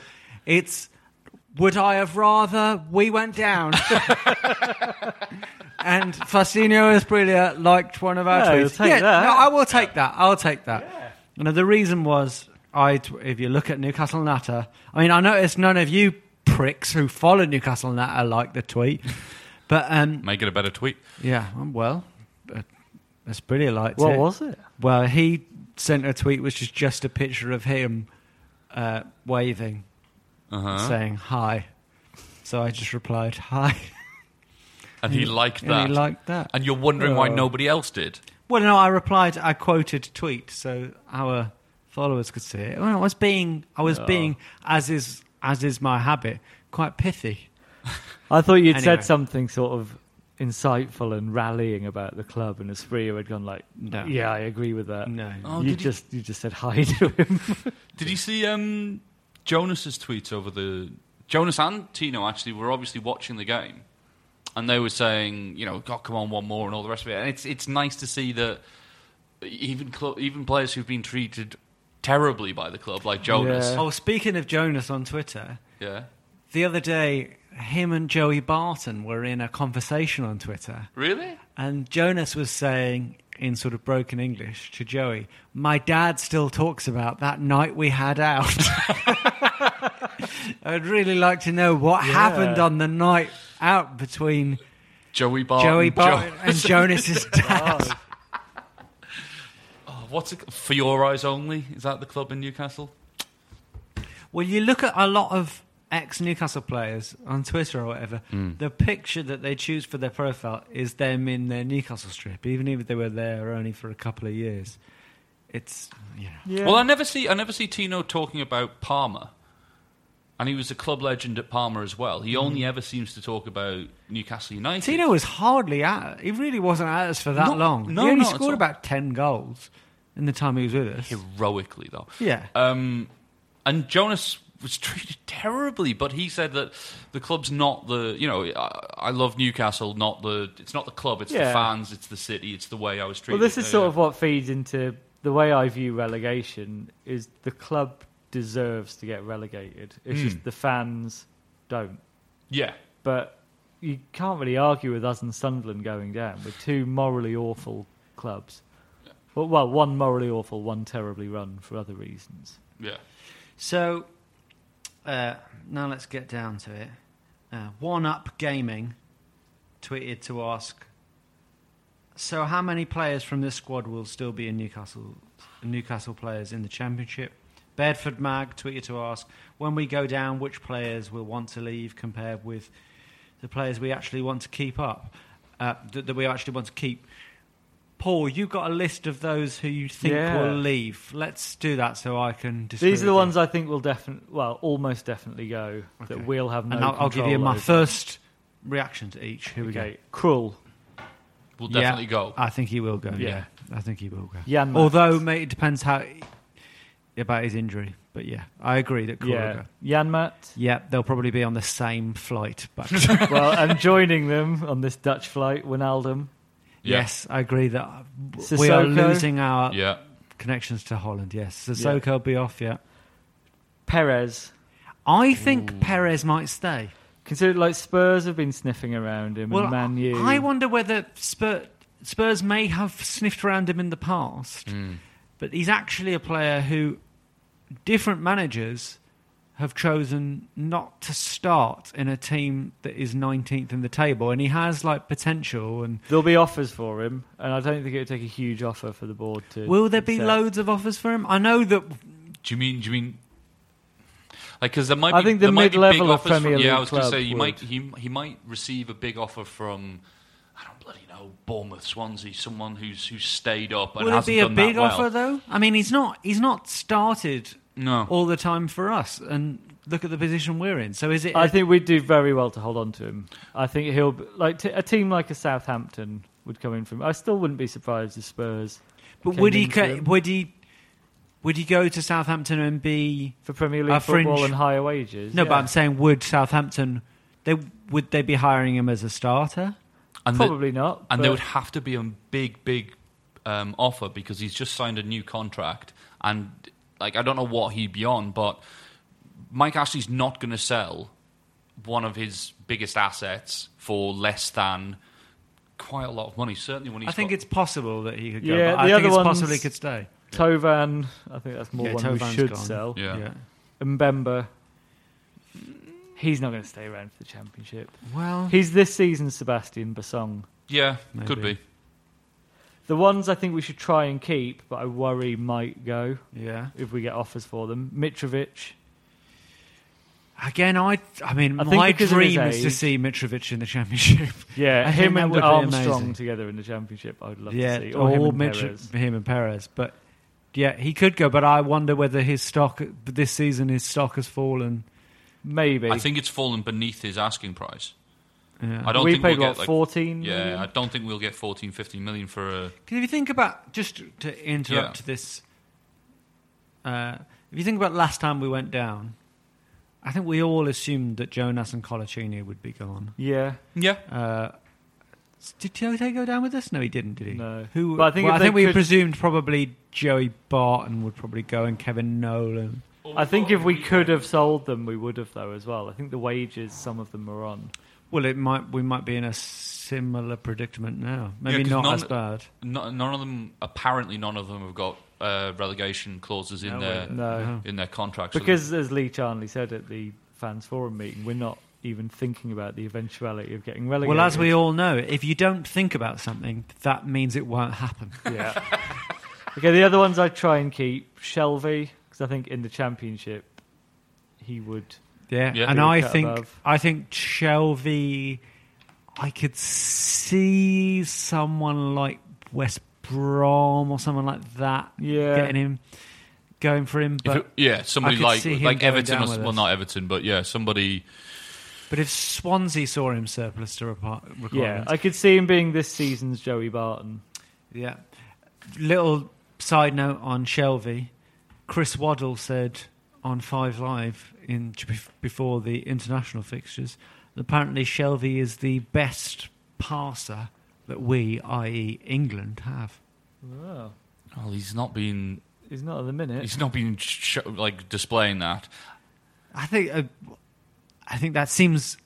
[SPEAKER 2] it's would I have rather we went down? and Faustino Esprilia liked one of our
[SPEAKER 5] Yeah,
[SPEAKER 2] tweets.
[SPEAKER 5] you'll take
[SPEAKER 2] yeah,
[SPEAKER 5] that.
[SPEAKER 2] No, I will take that. I'll take that. Now the reason was I t- if you look at Newcastle Natter, I mean I noticed none of you pricks who follow Newcastle Natter liked the tweet. But um,
[SPEAKER 3] Make it a better tweet.
[SPEAKER 2] yeah, um, well, uh, that's pretty liked
[SPEAKER 5] What
[SPEAKER 2] it.
[SPEAKER 5] was it?
[SPEAKER 2] Well, he sent a tweet which is just a picture of him uh, waving,
[SPEAKER 3] Uh-huh.
[SPEAKER 2] saying hi. So I just replied hi.
[SPEAKER 3] And he liked
[SPEAKER 2] And
[SPEAKER 3] that.
[SPEAKER 2] he liked that.
[SPEAKER 3] And you're wondering why
[SPEAKER 2] Oh.
[SPEAKER 3] nobody else did.
[SPEAKER 2] Well, no, I replied. I quoted tweet, so our followers could see it. Well, I was being, I was
[SPEAKER 5] Oh.
[SPEAKER 2] being, as is as is my habit, quite pithy.
[SPEAKER 5] I thought you'd
[SPEAKER 2] Anyway.
[SPEAKER 5] said something sort of insightful and rallying about the club, and Espria had gone like,
[SPEAKER 2] No.
[SPEAKER 5] "Yeah, I agree with that."
[SPEAKER 2] No.
[SPEAKER 3] Oh,
[SPEAKER 5] you
[SPEAKER 3] did he-
[SPEAKER 5] just you just said hi to him.
[SPEAKER 3] Did you see um, Jonas's tweets over the Jonas and Tino actually were obviously watching the game, and they were saying, you know, God, come on, one more, and all the rest of it. And it's it's nice to see that even cl- even players who've been treated terribly by the club, like Jonas,
[SPEAKER 2] Oh, speaking of Jonas on Twitter,
[SPEAKER 3] yeah,
[SPEAKER 2] the other day, him and Joey Barton were in a conversation on Twitter.
[SPEAKER 3] really,
[SPEAKER 2] And Jonas was saying in sort of broken English to Joey, My dad still talks about that night we had out. I'd really like to know what
[SPEAKER 5] Yeah.
[SPEAKER 2] happened on the night out between
[SPEAKER 3] Joey Barton,
[SPEAKER 2] Joey Barton
[SPEAKER 3] Um, Jo-
[SPEAKER 2] and Jonas's dad.
[SPEAKER 3] Oh, what's it, for your eyes only? Is that the club in Newcastle?
[SPEAKER 2] Well, you look at a lot of ex Newcastle players on Twitter or whatever,
[SPEAKER 3] Mm.
[SPEAKER 2] the picture that they choose for their profile is them in their Newcastle strip, even if they were there only for a couple of years. It's, you know.
[SPEAKER 5] Yeah.
[SPEAKER 3] Well, I never see I never see Tino talking about Parma, and he was a club legend at Parma as well. He only
[SPEAKER 5] Mm-hmm.
[SPEAKER 3] ever seems to talk about Newcastle United.
[SPEAKER 2] Tino was hardly at. He really wasn't at us for that
[SPEAKER 3] Not-
[SPEAKER 2] long.
[SPEAKER 3] no,
[SPEAKER 2] he only
[SPEAKER 3] not at all.
[SPEAKER 2] scored about ten goals in the time he was with us.
[SPEAKER 3] heroically though.
[SPEAKER 2] Yeah.
[SPEAKER 3] Um, and Jonas was treated terribly, but he said that the club's not the you know I, I love Newcastle, not the it's not the club, it's the
[SPEAKER 5] Yeah.
[SPEAKER 3] fans, it's the city, it's the way I was
[SPEAKER 5] well,
[SPEAKER 3] treated.
[SPEAKER 5] this is
[SPEAKER 3] Uh,
[SPEAKER 5] sort of what feeds into the way I view relegation is the club deserves to get relegated. It's
[SPEAKER 3] Hmm.
[SPEAKER 5] just the fans don't.
[SPEAKER 3] yeah.
[SPEAKER 5] But you can't really argue with us and Sunderland going down. We're two morally awful clubs. Well, well, one morally awful, one terribly run for other reasons.
[SPEAKER 3] Yeah.
[SPEAKER 2] So uh, now let's get down to it. Uh, One Up Gaming tweeted to ask, "So how many players from this squad will still be in Newcastle? Newcastle players in the Championship?" Bedford Mag tweeted to ask, "When we go down, which players will want to leave compared with the players we actually want to keep up? Uh, that, that we actually want to keep." Paul, you got a list of those who you think
[SPEAKER 5] Yeah.
[SPEAKER 2] will leave. Let's do that so I can. disagree
[SPEAKER 5] These are
[SPEAKER 2] with
[SPEAKER 5] the
[SPEAKER 2] you.
[SPEAKER 5] ones I think will definitely, well, almost definitely go
[SPEAKER 2] Okay.
[SPEAKER 5] that we'll have no.
[SPEAKER 2] and I'll, I'll give you
[SPEAKER 5] control
[SPEAKER 2] my
[SPEAKER 5] over.
[SPEAKER 2] first reaction to each. Here we go.
[SPEAKER 5] Okay, Krull.
[SPEAKER 3] We'll
[SPEAKER 2] Yeah,
[SPEAKER 3] definitely go.
[SPEAKER 5] Uh,
[SPEAKER 2] I think he will go. Yeah,
[SPEAKER 5] Yeah.
[SPEAKER 2] I think he will go.
[SPEAKER 5] Jan Maat.
[SPEAKER 2] Although, mate, it depends how about his injury. But yeah, I agree that Cole will
[SPEAKER 5] Yeah,
[SPEAKER 2] go.
[SPEAKER 5] Janmat.
[SPEAKER 2] Yeah, they'll probably be on the same flight back.
[SPEAKER 5] well, and uh, joining them on this Dutch flight, Wijnaldum.
[SPEAKER 3] Yeah.
[SPEAKER 2] Yes, I agree that uh, w- we are
[SPEAKER 5] Sissoko.
[SPEAKER 2] losing our
[SPEAKER 3] Yeah.
[SPEAKER 2] connections to Holland. Yes, Sissoko will be off. Yeah,
[SPEAKER 5] Perez.
[SPEAKER 2] I think Perez might stay.
[SPEAKER 5] Consider like Spurs have been sniffing around him,
[SPEAKER 2] Well,
[SPEAKER 5] and Man U.
[SPEAKER 2] I wonder whether Spurs, Spurs may have sniffed around him in the past, but he's actually a player who different managers have chosen not to start in a team that is 19th in the table, and he has like potential. And
[SPEAKER 5] there'll be offers for him, and I don't think it would take a huge offer for the board to.
[SPEAKER 2] will there be
[SPEAKER 5] accept.
[SPEAKER 2] loads of offers for him? I know that
[SPEAKER 3] Do you mean? Do you mean? Like, because there might be,
[SPEAKER 5] I think the
[SPEAKER 3] there might be
[SPEAKER 5] mid-level
[SPEAKER 3] big
[SPEAKER 5] of
[SPEAKER 3] offers from,
[SPEAKER 5] Premier
[SPEAKER 3] Yeah,
[SPEAKER 5] League
[SPEAKER 3] I was going to
[SPEAKER 5] club
[SPEAKER 3] say you
[SPEAKER 5] would.
[SPEAKER 3] might he he might receive a big offer from I don't bloody know Bournemouth, Swansea, someone who's who's stayed up and
[SPEAKER 2] will it
[SPEAKER 3] hasn't
[SPEAKER 2] be a
[SPEAKER 3] done that
[SPEAKER 2] big
[SPEAKER 3] well.
[SPEAKER 2] offer though? I mean, he's not he's not started
[SPEAKER 3] No.
[SPEAKER 2] all the time for us, and look at the position we're in. So is it?
[SPEAKER 5] I think we'd do very well to hold on to him. I think he'll be- like t- a team like a Southampton would come in from. I still wouldn't be surprised if Spurs.
[SPEAKER 2] But
[SPEAKER 5] came
[SPEAKER 2] would he
[SPEAKER 5] into
[SPEAKER 2] ca-
[SPEAKER 5] him.
[SPEAKER 2] would he would he go to Southampton and be
[SPEAKER 5] for Premier
[SPEAKER 2] a
[SPEAKER 5] League
[SPEAKER 2] fringe?
[SPEAKER 5] football and higher wages?
[SPEAKER 2] No, but
[SPEAKER 5] Yeah.
[SPEAKER 2] I'm saying would Southampton they would they be hiring him as a starter?
[SPEAKER 3] And the-
[SPEAKER 5] Probably not,
[SPEAKER 3] And there
[SPEAKER 5] but-
[SPEAKER 3] would have to be a big, big um, offer because he's just signed a new contract, and like I don't know what he'd be on, but Mike Ashley's not going to sell one of his biggest assets for less than quite a lot of money. Certainly when he's
[SPEAKER 2] I think
[SPEAKER 3] got-
[SPEAKER 2] it's possible that he could go.
[SPEAKER 5] Yeah,
[SPEAKER 2] but I
[SPEAKER 5] the
[SPEAKER 2] think
[SPEAKER 5] other
[SPEAKER 2] it's
[SPEAKER 5] one
[SPEAKER 2] possible he could stay.
[SPEAKER 5] Tovan, I think that's more
[SPEAKER 2] Yeah,
[SPEAKER 5] one
[SPEAKER 2] Tovan's
[SPEAKER 5] we should
[SPEAKER 2] gone.
[SPEAKER 5] sell.
[SPEAKER 2] Yeah. Yeah.
[SPEAKER 5] Mbemba, he's not going to stay around for the championship.
[SPEAKER 2] Well-
[SPEAKER 5] he's this season's Sebastian Basong.
[SPEAKER 3] yeah, could be.
[SPEAKER 5] The ones I think we should try and keep, but I worry might go.
[SPEAKER 2] Yeah,
[SPEAKER 5] if we get offers for them, Mitrovic.
[SPEAKER 2] Again, I I mean
[SPEAKER 5] I think
[SPEAKER 2] my
[SPEAKER 5] because of his
[SPEAKER 2] dream is to
[SPEAKER 5] age-
[SPEAKER 2] see Mitrovic in the championship.
[SPEAKER 5] Yeah,
[SPEAKER 2] I think
[SPEAKER 5] him
[SPEAKER 2] that
[SPEAKER 5] and
[SPEAKER 2] would be
[SPEAKER 5] Armstrong
[SPEAKER 2] amazing.
[SPEAKER 5] together in the championship. I'd love
[SPEAKER 2] yeah,
[SPEAKER 5] to see. Or,
[SPEAKER 2] or
[SPEAKER 5] him and
[SPEAKER 2] Mitro-
[SPEAKER 5] Perez.
[SPEAKER 2] him and Perez, but. Yeah, he could go, but I wonder whether his stock this season his stock has fallen.
[SPEAKER 5] Maybe
[SPEAKER 3] I think it's fallen beneath his asking price.
[SPEAKER 2] Yeah.
[SPEAKER 3] I don't
[SPEAKER 2] We
[SPEAKER 3] think
[SPEAKER 2] paid,
[SPEAKER 3] we'll get
[SPEAKER 2] what,
[SPEAKER 3] like,
[SPEAKER 2] 14
[SPEAKER 3] Yeah,
[SPEAKER 2] million?
[SPEAKER 3] I don't think we'll get 14, 15 million for a.
[SPEAKER 2] Because if you think about just to interrupt
[SPEAKER 3] Yeah.
[SPEAKER 2] this, uh, if you think about last time we went down, I think we all assumed that Jonas and Colaccini would be gone.
[SPEAKER 5] Yeah.
[SPEAKER 3] yeah.
[SPEAKER 2] Uh, s- did Tiote go down with us? No, he didn't, did he?
[SPEAKER 5] No.
[SPEAKER 2] Who?
[SPEAKER 5] But
[SPEAKER 2] I
[SPEAKER 5] I
[SPEAKER 2] think,
[SPEAKER 5] think
[SPEAKER 2] well,
[SPEAKER 5] if
[SPEAKER 2] I
[SPEAKER 5] they
[SPEAKER 2] think we
[SPEAKER 5] could-
[SPEAKER 2] presumed probably Joey Barton would probably go and Kevin Nolan.
[SPEAKER 5] I think if we could have sold them, we would have though as well. I think the wages some of them are on.
[SPEAKER 2] Well, it might we might be in a similar predicament now. Maybe
[SPEAKER 3] Yeah, 'cause
[SPEAKER 2] not
[SPEAKER 3] none-
[SPEAKER 2] as bad.
[SPEAKER 3] no- none of them, apparently, none of them have got uh, relegation clauses in
[SPEAKER 2] No,
[SPEAKER 3] their
[SPEAKER 2] we- no.
[SPEAKER 3] in their contracts so
[SPEAKER 5] Because as Lee Charnley said at the fans forum meeting, we're not even thinking about the eventuality of getting relegated.
[SPEAKER 2] Well, as we all know, if you don't think about something, that means it won't happen.
[SPEAKER 5] Yeah. okay, the other ones I try and keep Shelby because I think in the championship he would.
[SPEAKER 2] Yeah,
[SPEAKER 5] be
[SPEAKER 2] and
[SPEAKER 5] a
[SPEAKER 2] I
[SPEAKER 5] cut
[SPEAKER 2] think
[SPEAKER 5] above.
[SPEAKER 2] I think Shelby, I could see someone like West Brom or someone like that.
[SPEAKER 5] Yeah.
[SPEAKER 2] getting him, going for him.
[SPEAKER 3] If
[SPEAKER 2] But
[SPEAKER 3] it- yeah, somebody
[SPEAKER 2] I could
[SPEAKER 3] like
[SPEAKER 2] see him
[SPEAKER 3] like
[SPEAKER 2] going
[SPEAKER 3] Everton,
[SPEAKER 2] down
[SPEAKER 3] or,
[SPEAKER 2] with
[SPEAKER 3] well,
[SPEAKER 2] us.
[SPEAKER 3] not Everton, but yeah, somebody.
[SPEAKER 2] But if Swansea saw him surplus to repar-
[SPEAKER 5] Yeah,
[SPEAKER 2] requirements,
[SPEAKER 5] I could see him being this season's Joey Barton.
[SPEAKER 2] Yeah. Little side note on Shelby. Chris Waddle said on Five Live in before the international fixtures that apparently Shelby is the best passer that we, i.e., England, have.
[SPEAKER 5] Wow.
[SPEAKER 3] Well, he's not been
[SPEAKER 5] He's not at the minute.
[SPEAKER 3] he's not been sh- like displaying that.
[SPEAKER 2] I think uh, I think that seems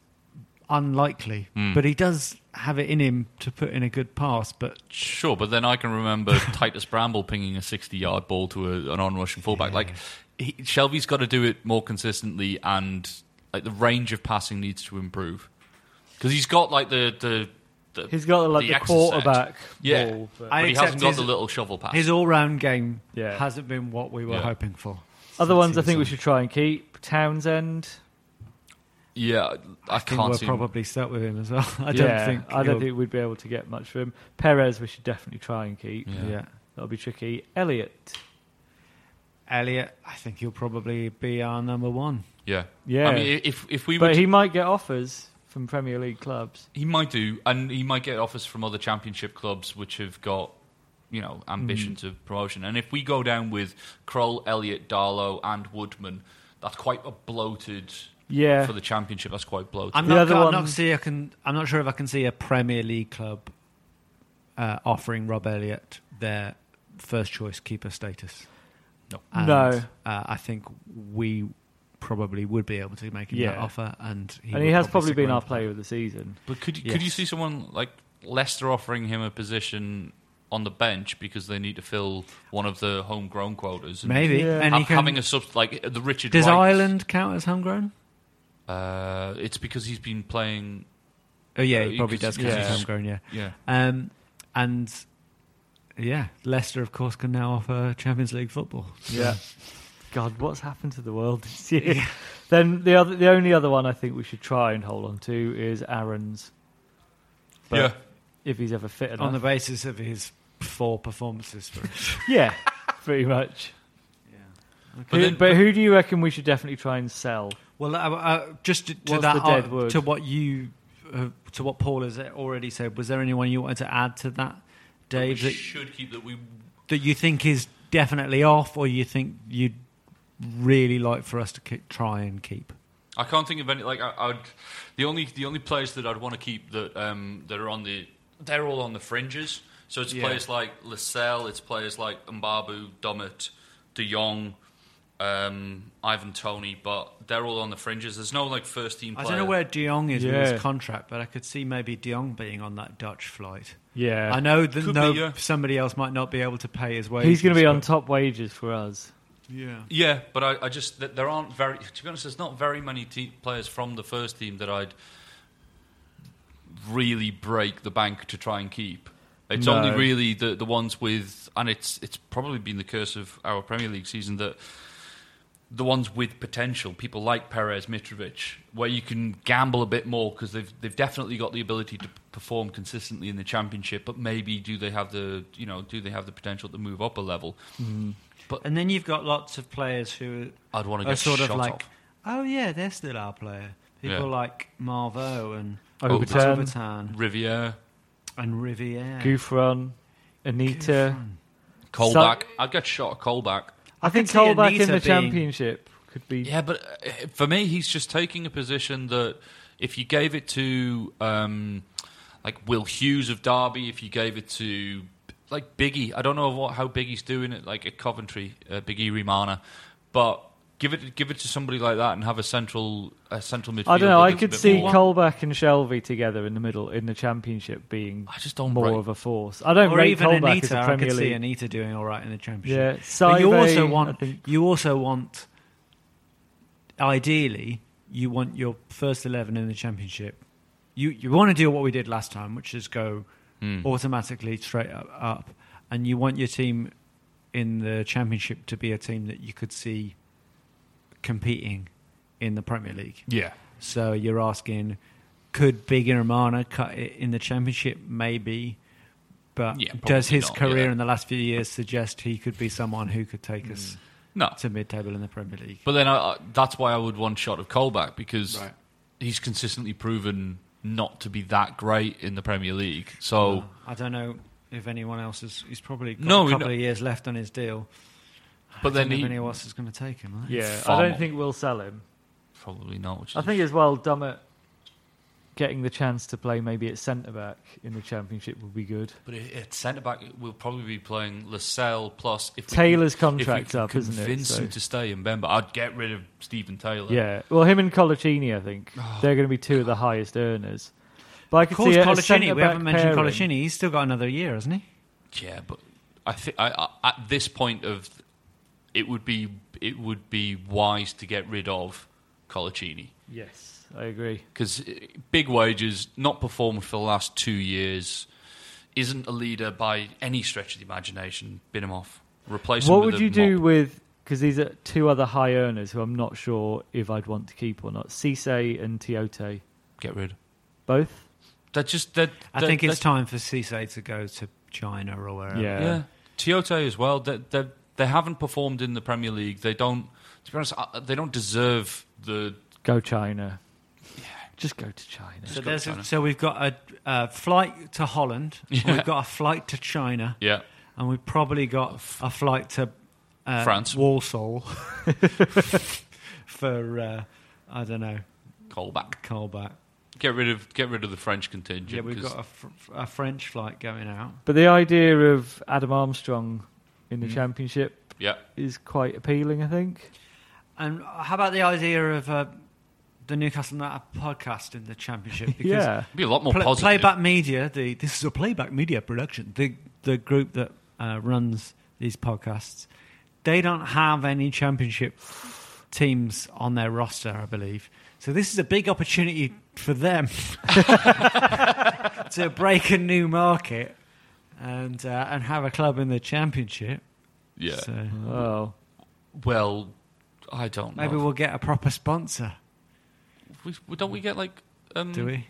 [SPEAKER 2] unlikely,
[SPEAKER 3] Hmm.
[SPEAKER 2] but he does have it in him to put in a good pass. But
[SPEAKER 3] Sure, but then I can remember Titus Bramble pinging a sixty-yard ball to a, an on-rushing fullback. Like he, Shelby's got to do it more consistently, and like the range of passing needs to improve because he's got like the the. the
[SPEAKER 5] He's got, like, the
[SPEAKER 3] exercise.
[SPEAKER 5] quarterback
[SPEAKER 3] yeah.
[SPEAKER 5] ball,
[SPEAKER 3] but,
[SPEAKER 5] but-
[SPEAKER 2] I
[SPEAKER 3] he
[SPEAKER 2] accept
[SPEAKER 3] hasn't got
[SPEAKER 2] his-
[SPEAKER 3] the little shovel pass.
[SPEAKER 2] his all-round game
[SPEAKER 5] Yeah.
[SPEAKER 2] hasn't been what we were
[SPEAKER 3] Yeah.
[SPEAKER 2] hoping for.
[SPEAKER 5] Other ones
[SPEAKER 2] since he
[SPEAKER 5] I
[SPEAKER 2] was
[SPEAKER 5] think we
[SPEAKER 2] signed.
[SPEAKER 5] should try and keep Townsend.
[SPEAKER 3] yeah, I,
[SPEAKER 2] think
[SPEAKER 3] can't
[SPEAKER 2] we're
[SPEAKER 3] see him.
[SPEAKER 2] probably stuck with him as well. I
[SPEAKER 5] Yeah,
[SPEAKER 2] don't think.
[SPEAKER 5] I
[SPEAKER 2] he'll-
[SPEAKER 5] don't think we'd be able to get much from him. Perez, we should definitely try and keep.
[SPEAKER 2] Yeah. Yeah.
[SPEAKER 5] that'll be tricky. Elliot,
[SPEAKER 2] Elliot. I think he'll probably be our number one.
[SPEAKER 3] Yeah,
[SPEAKER 5] yeah.
[SPEAKER 3] I mean, if if we
[SPEAKER 5] but
[SPEAKER 3] were
[SPEAKER 5] he might get offers from Premier League clubs.
[SPEAKER 3] He might do, and he might get offers from other championship clubs which have got, you know,
[SPEAKER 2] Mm.
[SPEAKER 3] ambitions of promotion. And if we go down with Kroll, Elliott, Darlow, and Woodman, that's quite a bloated.
[SPEAKER 2] Yeah.
[SPEAKER 3] For the championship, that's quite bloated.
[SPEAKER 2] I'm not. I'm not see. I can. I'm not sure if I can see a Premier League club uh, offering Rob Elliot their first choice keeper status.
[SPEAKER 3] No.
[SPEAKER 2] And,
[SPEAKER 5] No.
[SPEAKER 2] Uh, I think we probably would be able to make him that
[SPEAKER 5] Yeah.
[SPEAKER 2] offer, and he
[SPEAKER 5] and he
[SPEAKER 2] would
[SPEAKER 5] has probably
[SPEAKER 2] stick
[SPEAKER 5] been
[SPEAKER 2] around.
[SPEAKER 5] our player of the season.
[SPEAKER 3] But could you could you
[SPEAKER 2] Yes.
[SPEAKER 3] see someone like Leicester offering him a position on the bench because they need to fill one of the homegrown quotas.
[SPEAKER 2] Maybe. Yeah. And
[SPEAKER 3] ha-
[SPEAKER 2] he can-
[SPEAKER 3] having a sub like the Richard.
[SPEAKER 2] Does
[SPEAKER 3] Wright,
[SPEAKER 2] Ireland count as homegrown?
[SPEAKER 3] Uh, it's because he's been playing.
[SPEAKER 2] Oh yeah,
[SPEAKER 3] uh,
[SPEAKER 2] he probably does count as homegrown. Yeah,
[SPEAKER 3] Yeah.
[SPEAKER 2] Um, and yeah, Leicester, of course, can now offer Champions League football.
[SPEAKER 5] Yeah. God, what's happened to the world this year? Then the other, the only other one I think we should try and hold on to is Aaron's.
[SPEAKER 2] Yeah.
[SPEAKER 5] If he's ever fit enough.
[SPEAKER 2] on the basis of his four performances for us.
[SPEAKER 5] yeah, pretty much. Yeah.
[SPEAKER 2] But
[SPEAKER 5] But,
[SPEAKER 2] then-
[SPEAKER 5] who do you reckon we should definitely try and sell?
[SPEAKER 2] Well, uh, uh, just to, to
[SPEAKER 5] What's
[SPEAKER 2] that,
[SPEAKER 5] the dead
[SPEAKER 2] uh,
[SPEAKER 5] word?
[SPEAKER 2] to what you, uh, to what Paul has already said. Was there anyone you wanted to add to that, Dave? That,
[SPEAKER 3] should keep that we
[SPEAKER 2] that you think is definitely off, or you think you'd really like for us to keep, try and keep?
[SPEAKER 3] I can't think of any. Like I, I'd, the only the only players that I'd want to keep that um, that are on the they're all on the fringes. So it's
[SPEAKER 2] Yeah.
[SPEAKER 3] players like Lascelles, it's players like Mbabu, Dummett, De Jong, um, Ivan Tony, but they're all on the fringes. There's no like first team.
[SPEAKER 2] I
[SPEAKER 3] Player.
[SPEAKER 2] don't know where De Jong is with
[SPEAKER 5] Yeah.
[SPEAKER 2] his contract, but I could see maybe De Jong being on that Dutch flight.
[SPEAKER 5] Yeah.
[SPEAKER 2] I know that
[SPEAKER 3] Could
[SPEAKER 2] no,
[SPEAKER 3] be, yeah.
[SPEAKER 2] somebody else might not be able to pay his wages.
[SPEAKER 5] He's going to be
[SPEAKER 2] but-
[SPEAKER 5] on top wages for us.
[SPEAKER 2] Yeah.
[SPEAKER 3] Yeah, but I, I just th- there aren't very. To be honest, there's not very many te- players from the first team that I'd really break the bank to try and keep. It's
[SPEAKER 5] No.
[SPEAKER 3] only really the the ones with, and it's it's probably been the curse of our Premier League season that the ones with potential, people like Perez, Mitrovic, where you can gamble a bit more because they've they've definitely got the ability to perform consistently in the Championship, but maybe do they have the you know do they have the potential to move up a level? But
[SPEAKER 2] and then you've got lots of players who
[SPEAKER 3] I'd wanna
[SPEAKER 2] are
[SPEAKER 3] get
[SPEAKER 2] sort of
[SPEAKER 3] shot
[SPEAKER 2] like,
[SPEAKER 3] off.
[SPEAKER 2] oh yeah, they're still our player. People
[SPEAKER 3] Yeah.
[SPEAKER 2] like Marvo and
[SPEAKER 5] Overton.
[SPEAKER 2] Overton
[SPEAKER 3] Riviere.
[SPEAKER 2] and Riviere.
[SPEAKER 5] Gouffron, Anita.
[SPEAKER 3] Colback. I'd get shot at Colback.
[SPEAKER 5] I,
[SPEAKER 2] I
[SPEAKER 5] think
[SPEAKER 2] could see
[SPEAKER 5] Colback in the
[SPEAKER 2] Anita being-
[SPEAKER 5] championship could be.
[SPEAKER 3] Yeah, but uh, for me, he's just taking a position that if you gave it to um, like Will Hughes of Derby, if you gave it to like Biggie, I don't know what how Biggie's doing it like at Coventry, uh, Biggie Rimana, but give it give it to somebody like that and have a central a central midfielder.
[SPEAKER 5] I don't know. I
[SPEAKER 3] that's a
[SPEAKER 5] could
[SPEAKER 3] bit
[SPEAKER 5] see
[SPEAKER 3] more-
[SPEAKER 5] Colback and Shelby together in the middle in the championship being
[SPEAKER 3] I just don't
[SPEAKER 5] more
[SPEAKER 3] rate-
[SPEAKER 5] of a force. I don't
[SPEAKER 2] or
[SPEAKER 5] rate
[SPEAKER 2] even
[SPEAKER 5] Colback
[SPEAKER 2] Anita.
[SPEAKER 5] as a
[SPEAKER 2] I
[SPEAKER 5] Premier
[SPEAKER 2] could see
[SPEAKER 5] League.
[SPEAKER 2] Anita doing all right in the championship.
[SPEAKER 5] Yeah,
[SPEAKER 2] but you
[SPEAKER 5] Saive,
[SPEAKER 2] also
[SPEAKER 5] I
[SPEAKER 2] want
[SPEAKER 5] think-
[SPEAKER 2] you also want ideally you want your first eleven in the championship. You you want to do what we did last time, which is go
[SPEAKER 3] Hmm.
[SPEAKER 2] automatically straight up, up, and you want your team in the championship to be a team that you could see competing in the Premier League.
[SPEAKER 3] Yeah.
[SPEAKER 2] So you're asking, could Big Romana cut it in the championship? Maybe. But
[SPEAKER 3] Yeah,
[SPEAKER 2] does
[SPEAKER 3] probably
[SPEAKER 2] his
[SPEAKER 3] not,
[SPEAKER 2] career
[SPEAKER 3] yeah.
[SPEAKER 2] in the last few years suggest he could be someone who could take us
[SPEAKER 3] No.
[SPEAKER 5] Mm.
[SPEAKER 2] to mid table in the Premier League?
[SPEAKER 3] But then I, I, that's why I would want shot of Colback because he's consistently proven not to be that great in the Premier League. So.
[SPEAKER 2] I don't know if anyone else is. He's probably got
[SPEAKER 3] No,
[SPEAKER 2] a
[SPEAKER 3] we
[SPEAKER 2] couple
[SPEAKER 3] know-
[SPEAKER 2] of years left on his deal.
[SPEAKER 3] But
[SPEAKER 2] I
[SPEAKER 3] then
[SPEAKER 2] don't know if
[SPEAKER 3] he-
[SPEAKER 2] anyone else is going to take him. Right?
[SPEAKER 5] Yeah,
[SPEAKER 3] Far
[SPEAKER 5] I
[SPEAKER 3] more.
[SPEAKER 5] don't think we'll sell him.
[SPEAKER 3] Probably not. Which is
[SPEAKER 5] I think as well, Dummett getting the chance to play maybe at centre back in the championship would be good.
[SPEAKER 3] But it- at centre back, we'll probably be playing Lascelles plus if we
[SPEAKER 5] Taylor's
[SPEAKER 3] can- if we
[SPEAKER 5] contract's
[SPEAKER 3] can
[SPEAKER 5] up, isn't it?
[SPEAKER 3] Convince
[SPEAKER 5] So-
[SPEAKER 3] him to stay in Bemba. I'd get rid of Stephen Taylor.
[SPEAKER 5] Yeah, well, him and Colaccini, I think they're going to be two of the highest earners. But I
[SPEAKER 2] Oh, Of
[SPEAKER 5] could
[SPEAKER 2] course,
[SPEAKER 5] see a- a
[SPEAKER 2] Colaccini. We
[SPEAKER 5] centre-back
[SPEAKER 2] haven't mentioned
[SPEAKER 5] pairing.
[SPEAKER 2] Colaccini. He's still got another year, hasn't he?
[SPEAKER 3] yeah. But I think I, I, at this point of it would be it would be wise to get rid of Colaccini
[SPEAKER 5] Yes, I agree.
[SPEAKER 3] because big wages, not performed for the last two years, isn't a leader by any stretch of the imagination. Bin him off. Replace him
[SPEAKER 5] What
[SPEAKER 3] with
[SPEAKER 5] would
[SPEAKER 3] a
[SPEAKER 5] you do with because these are two other high earners who I'm not sure if I'd want to keep or not. Cisse and Tiote,
[SPEAKER 3] Get rid.
[SPEAKER 5] both.
[SPEAKER 3] That just that.
[SPEAKER 2] I
[SPEAKER 3] that-
[SPEAKER 2] think it's
[SPEAKER 3] that-
[SPEAKER 2] time for Cisse to go to China or wherever.
[SPEAKER 5] Yeah.
[SPEAKER 3] Yeah, Toyota as well. They, they they haven't performed in the Premier League. They don't. To be honest, I- they don't deserve the.
[SPEAKER 5] Go China. Yeah, just go to China.
[SPEAKER 2] So, there's a, so we've got a, a flight to Holland,
[SPEAKER 3] Yeah.
[SPEAKER 2] we've got a flight to China,
[SPEAKER 3] Yeah.
[SPEAKER 2] and we've probably got a flight to uh,
[SPEAKER 3] France.
[SPEAKER 2] Warsaw for uh, I don't know,
[SPEAKER 3] Colback.
[SPEAKER 2] Colback.
[SPEAKER 3] Get rid of get rid of the French contingent.
[SPEAKER 2] Yeah, we've
[SPEAKER 3] 'cause-
[SPEAKER 2] got a, fr- a French flight going out.
[SPEAKER 5] But the idea of Adam Armstrong in the
[SPEAKER 3] Mm.
[SPEAKER 5] championship
[SPEAKER 3] Yeah.
[SPEAKER 5] is quite appealing, I think.
[SPEAKER 2] And how about the idea of uh, the Newcastle United podcast in the Championship?
[SPEAKER 5] Yeah. It'd
[SPEAKER 3] be a lot more
[SPEAKER 2] Pla-
[SPEAKER 3] positive.
[SPEAKER 2] Playback Media, the this is a Playback Media production. The the group that uh, runs these podcasts, they don't have any championship teams on their roster, I believe. So this is a big opportunity for them to break a new market and uh, and have a club in the championship.
[SPEAKER 3] Yeah.
[SPEAKER 2] So-
[SPEAKER 5] Oh.
[SPEAKER 3] Well, I don't
[SPEAKER 2] Maybe
[SPEAKER 3] know.
[SPEAKER 2] we'll get a proper sponsor.
[SPEAKER 3] We, don't we get like. Um,
[SPEAKER 2] Do we?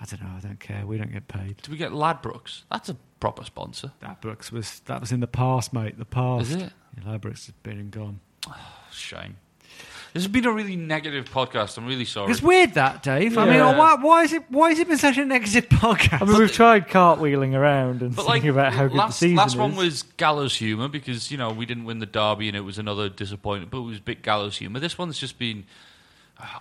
[SPEAKER 2] I don't know. I don't care. We don't get paid.
[SPEAKER 3] Do we get Ladbrokes? That's a proper sponsor.
[SPEAKER 2] Ladbrokes was that was in the past, mate. The past.
[SPEAKER 3] Is it?
[SPEAKER 2] Yeah, Ladbrokes has been and gone.
[SPEAKER 3] Shame. This has been a really negative podcast. I'm really sorry.
[SPEAKER 2] It's weird that Dave. I mean,
[SPEAKER 5] Yeah.
[SPEAKER 2] why, why is it? Why has it been such a negative podcast?
[SPEAKER 5] I mean, we've tried cartwheeling around and
[SPEAKER 3] But
[SPEAKER 5] thinking
[SPEAKER 3] like
[SPEAKER 5] about how good the
[SPEAKER 3] last,
[SPEAKER 5] season
[SPEAKER 3] last
[SPEAKER 5] is.
[SPEAKER 3] one was gallows humor because you know we didn't win the derby and it was another disappointment, but it was a bit gallows humor. This one's just been.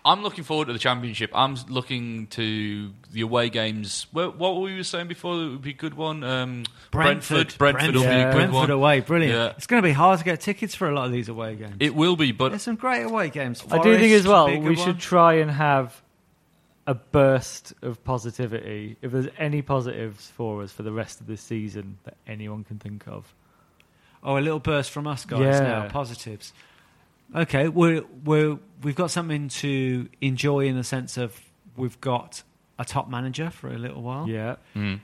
[SPEAKER 3] I'm looking forward to the championship. I'm looking to the away games. What, what were we saying before? That would be a good one. Um, Brentford. will be a good
[SPEAKER 2] Brentford
[SPEAKER 3] one.
[SPEAKER 2] away, brilliant.
[SPEAKER 3] Yeah.
[SPEAKER 2] It's going to be hard to get tickets for a lot of these away games.
[SPEAKER 3] It will be, but
[SPEAKER 2] There's some great away games.
[SPEAKER 5] I do think as
[SPEAKER 2] Forest
[SPEAKER 5] well
[SPEAKER 2] would be a good
[SPEAKER 5] we should
[SPEAKER 2] one.
[SPEAKER 5] try and have a burst of positivity. If there's any positives for us for the rest of this season that anyone can think of,
[SPEAKER 2] Oh, a little burst from us guys
[SPEAKER 5] Yeah.
[SPEAKER 2] now. Positives. Okay, we're we're we've got something to enjoy in the sense of we've got a top manager for a little while.
[SPEAKER 5] yeah,
[SPEAKER 3] Mm.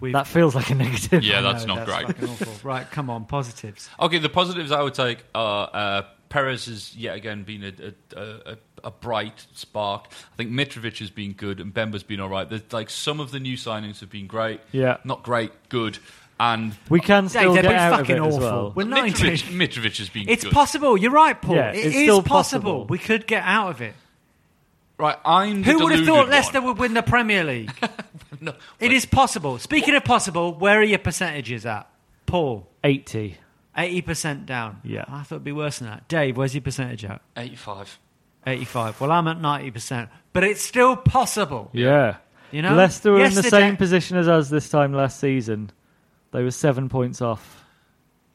[SPEAKER 2] We've-
[SPEAKER 5] that feels like a negative.
[SPEAKER 3] Yeah,
[SPEAKER 2] I
[SPEAKER 3] that's
[SPEAKER 2] know,
[SPEAKER 3] not great.
[SPEAKER 2] fucking awful. Right, come on, positives.
[SPEAKER 3] Okay, the positives I would take are uh, Perez has yet again been a, a, a, a bright spark. I think Mitrovic has been good and Bemba's been all right. There's, like some of the new signings have been great.
[SPEAKER 5] Yeah.
[SPEAKER 3] not great, good, and
[SPEAKER 5] We can still
[SPEAKER 2] they've
[SPEAKER 5] get
[SPEAKER 2] been
[SPEAKER 5] out of
[SPEAKER 2] fucking
[SPEAKER 5] it as
[SPEAKER 2] awful.
[SPEAKER 5] well.
[SPEAKER 2] We're
[SPEAKER 3] Mitrovic,
[SPEAKER 2] 19.
[SPEAKER 3] Mitrovic has been.
[SPEAKER 2] It's
[SPEAKER 3] good.
[SPEAKER 2] possible. You're right, Paul.
[SPEAKER 5] Yeah,
[SPEAKER 2] It
[SPEAKER 5] it's
[SPEAKER 2] is
[SPEAKER 5] still
[SPEAKER 2] possible.
[SPEAKER 5] possible.
[SPEAKER 2] We could get out of it.
[SPEAKER 3] Right, I'm. the
[SPEAKER 2] Who would have
[SPEAKER 3] deluded
[SPEAKER 2] thought
[SPEAKER 3] one.
[SPEAKER 2] Leicester would win the Premier League?
[SPEAKER 3] No,
[SPEAKER 2] It is possible. Speaking of possible, where are your percentages at? Paul,
[SPEAKER 5] Eighty.
[SPEAKER 2] 80% down.
[SPEAKER 5] Yeah.
[SPEAKER 2] I thought it'd be worse than that. Dave, where's your percentage at?
[SPEAKER 3] 85.
[SPEAKER 2] 85. Well, I'm at 90%. But it's still possible.
[SPEAKER 5] Yeah.
[SPEAKER 2] You know?
[SPEAKER 5] Leicester were in the
[SPEAKER 2] Yesterday-
[SPEAKER 5] same position as us this time last season. They were seven points off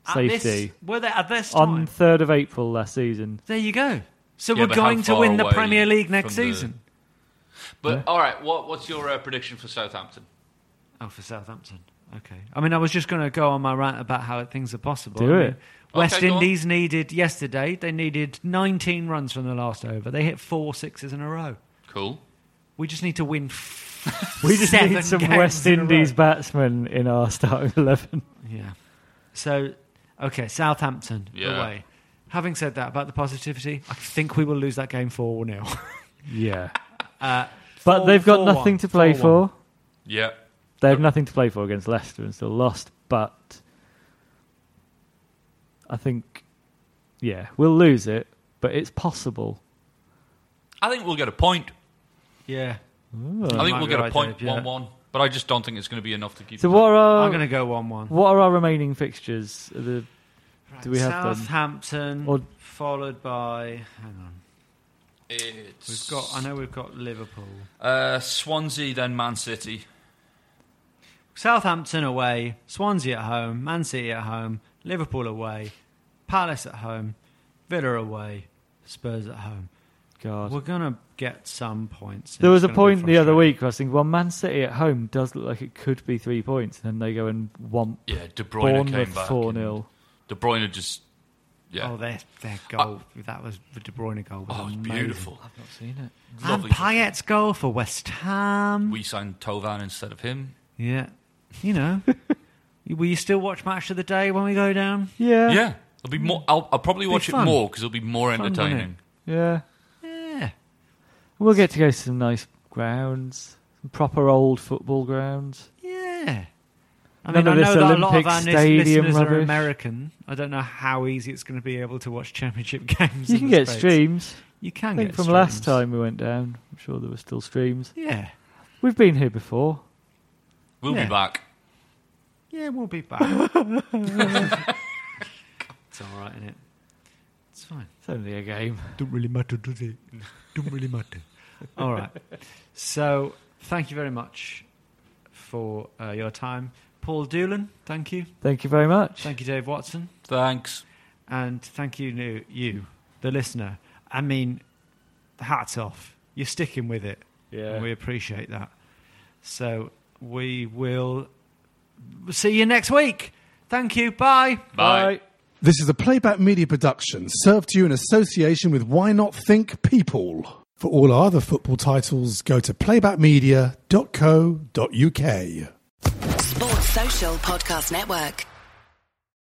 [SPEAKER 2] At this-
[SPEAKER 5] safety
[SPEAKER 2] were they at this time?
[SPEAKER 5] on third of April last season.
[SPEAKER 2] there you go. So
[SPEAKER 3] Yeah,
[SPEAKER 2] we're
[SPEAKER 3] but how
[SPEAKER 2] going to
[SPEAKER 3] far
[SPEAKER 2] win the
[SPEAKER 3] away
[SPEAKER 2] Premier League next
[SPEAKER 3] from the-
[SPEAKER 2] season.
[SPEAKER 3] But all right, what, what's your uh, prediction for Southampton?
[SPEAKER 2] Oh, for Southampton. Okay. I mean, I was just going to go on my rant about how things are possible.
[SPEAKER 5] Do
[SPEAKER 2] I
[SPEAKER 5] it.
[SPEAKER 2] mean, West
[SPEAKER 3] Okay, go on.
[SPEAKER 2] Indies needed yesterday. They needed 19 runs from the last over. They hit four sixes in a row.
[SPEAKER 3] Cool.
[SPEAKER 2] We just need to win. F-
[SPEAKER 5] We just
[SPEAKER 2] seven
[SPEAKER 5] need some
[SPEAKER 2] games
[SPEAKER 5] West
[SPEAKER 2] in a row.
[SPEAKER 5] Indies batsmen in our starting eleven.
[SPEAKER 2] Yeah. So, okay, Southampton
[SPEAKER 3] Yeah.
[SPEAKER 2] away. Having said that about the positivity, I think we will lose that game 4 0.
[SPEAKER 5] Yeah.
[SPEAKER 2] Uh,
[SPEAKER 5] But
[SPEAKER 2] four-
[SPEAKER 5] they've got
[SPEAKER 2] four
[SPEAKER 5] nothing
[SPEAKER 2] one,
[SPEAKER 5] to play
[SPEAKER 2] four one.
[SPEAKER 5] for.
[SPEAKER 3] Yeah.
[SPEAKER 5] They have nothing to play for against Leicester and still lost. But I think, yeah, we'll lose it, but it's possible.
[SPEAKER 3] I think we'll get a point.
[SPEAKER 2] Yeah.
[SPEAKER 3] I think
[SPEAKER 2] Oh, might
[SPEAKER 3] we'll
[SPEAKER 2] be
[SPEAKER 3] get a
[SPEAKER 2] right,
[SPEAKER 3] point
[SPEAKER 2] Dave, yeah.
[SPEAKER 3] 1 1. But I just don't think it's going to be enough to keep
[SPEAKER 5] So
[SPEAKER 3] us
[SPEAKER 5] what
[SPEAKER 2] I'm
[SPEAKER 5] are
[SPEAKER 2] going to go 1 1.
[SPEAKER 5] what are our remaining fixtures? Are the- do we have them?
[SPEAKER 2] Southampton,
[SPEAKER 5] Or-
[SPEAKER 2] followed by. Hang on.
[SPEAKER 3] It's
[SPEAKER 2] We've got. I know we've got Liverpool,
[SPEAKER 3] uh, Swansea, then Man City.
[SPEAKER 2] Southampton away, Swansea at home, Man City at home, Liverpool away, Palace at home, Villa away, Spurs at home.
[SPEAKER 5] God.
[SPEAKER 2] We're gonna get some points.
[SPEAKER 5] There was
[SPEAKER 2] It's
[SPEAKER 5] a
[SPEAKER 2] gonna be
[SPEAKER 5] point the other
[SPEAKER 2] frustrating.
[SPEAKER 5] week where I was thinking, well, Man City at home does look like it could be three points, and then they go and womp
[SPEAKER 3] Yeah, De Bruyne came
[SPEAKER 5] Bournemouth
[SPEAKER 3] back.
[SPEAKER 5] 4
[SPEAKER 3] and
[SPEAKER 5] 0.
[SPEAKER 3] De Bruyne just. Yeah.
[SPEAKER 2] Oh, their their goal. that was the De Bruyne goal. Was
[SPEAKER 3] Oh, it's
[SPEAKER 2] amazing.
[SPEAKER 3] beautiful.
[SPEAKER 5] I've not seen it.
[SPEAKER 2] And
[SPEAKER 3] Lovely.
[SPEAKER 2] Payet's goal for West Ham.
[SPEAKER 3] We signed Tovan instead of him.
[SPEAKER 2] yeah, you know. Will you still watch match of the day when we go down?
[SPEAKER 5] Yeah.
[SPEAKER 3] Yeah. It'll be more. I'll, I'll probably watch it
[SPEAKER 2] fun.
[SPEAKER 3] more because it'll be more
[SPEAKER 2] Fun, won't
[SPEAKER 3] entertaining.
[SPEAKER 5] Yeah.
[SPEAKER 2] Yeah.
[SPEAKER 5] We'll get to go to some nice grounds, some proper old football grounds.
[SPEAKER 2] Yeah. I
[SPEAKER 5] None
[SPEAKER 2] mean, I
[SPEAKER 5] of
[SPEAKER 2] know
[SPEAKER 5] this
[SPEAKER 2] that a lot of
[SPEAKER 5] Olympic
[SPEAKER 2] our lis-
[SPEAKER 5] stadium
[SPEAKER 2] listeners are
[SPEAKER 5] rubbish.
[SPEAKER 2] American. I don't know how easy it's going to be able to watch championship games.
[SPEAKER 5] You
[SPEAKER 2] in
[SPEAKER 5] can
[SPEAKER 2] the
[SPEAKER 5] get
[SPEAKER 2] States.
[SPEAKER 5] streams.
[SPEAKER 2] You can
[SPEAKER 5] I think
[SPEAKER 2] get
[SPEAKER 5] from last
[SPEAKER 2] streams.
[SPEAKER 5] time we went down, I'm sure there were still streams.
[SPEAKER 2] Yeah,
[SPEAKER 5] We've been here before.
[SPEAKER 3] We'll
[SPEAKER 2] Yeah.
[SPEAKER 3] be back.
[SPEAKER 2] yeah, we'll be back. it's all right, isn't it? It's fine.
[SPEAKER 5] It's only a game.
[SPEAKER 2] Don't really matter, does it? Don't really matter. all right. So, thank you very much for uh, your time, Paul Doolan. Thank you.
[SPEAKER 5] Thank you very much.
[SPEAKER 2] Thank you, Dave Watson.
[SPEAKER 3] Thanks.
[SPEAKER 2] And thank you, nu- you, the listener. I mean, hats off. You're sticking with it.
[SPEAKER 5] Yeah.
[SPEAKER 2] And we appreciate that. So we will see you next week. Thank you. Bye.
[SPEAKER 3] Bye.
[SPEAKER 5] This is a playback media production served to you in association with Why Not Think People. For all our other football titles, go to playbackmedia.co.uk.
[SPEAKER 6] Sports Social Podcast Network.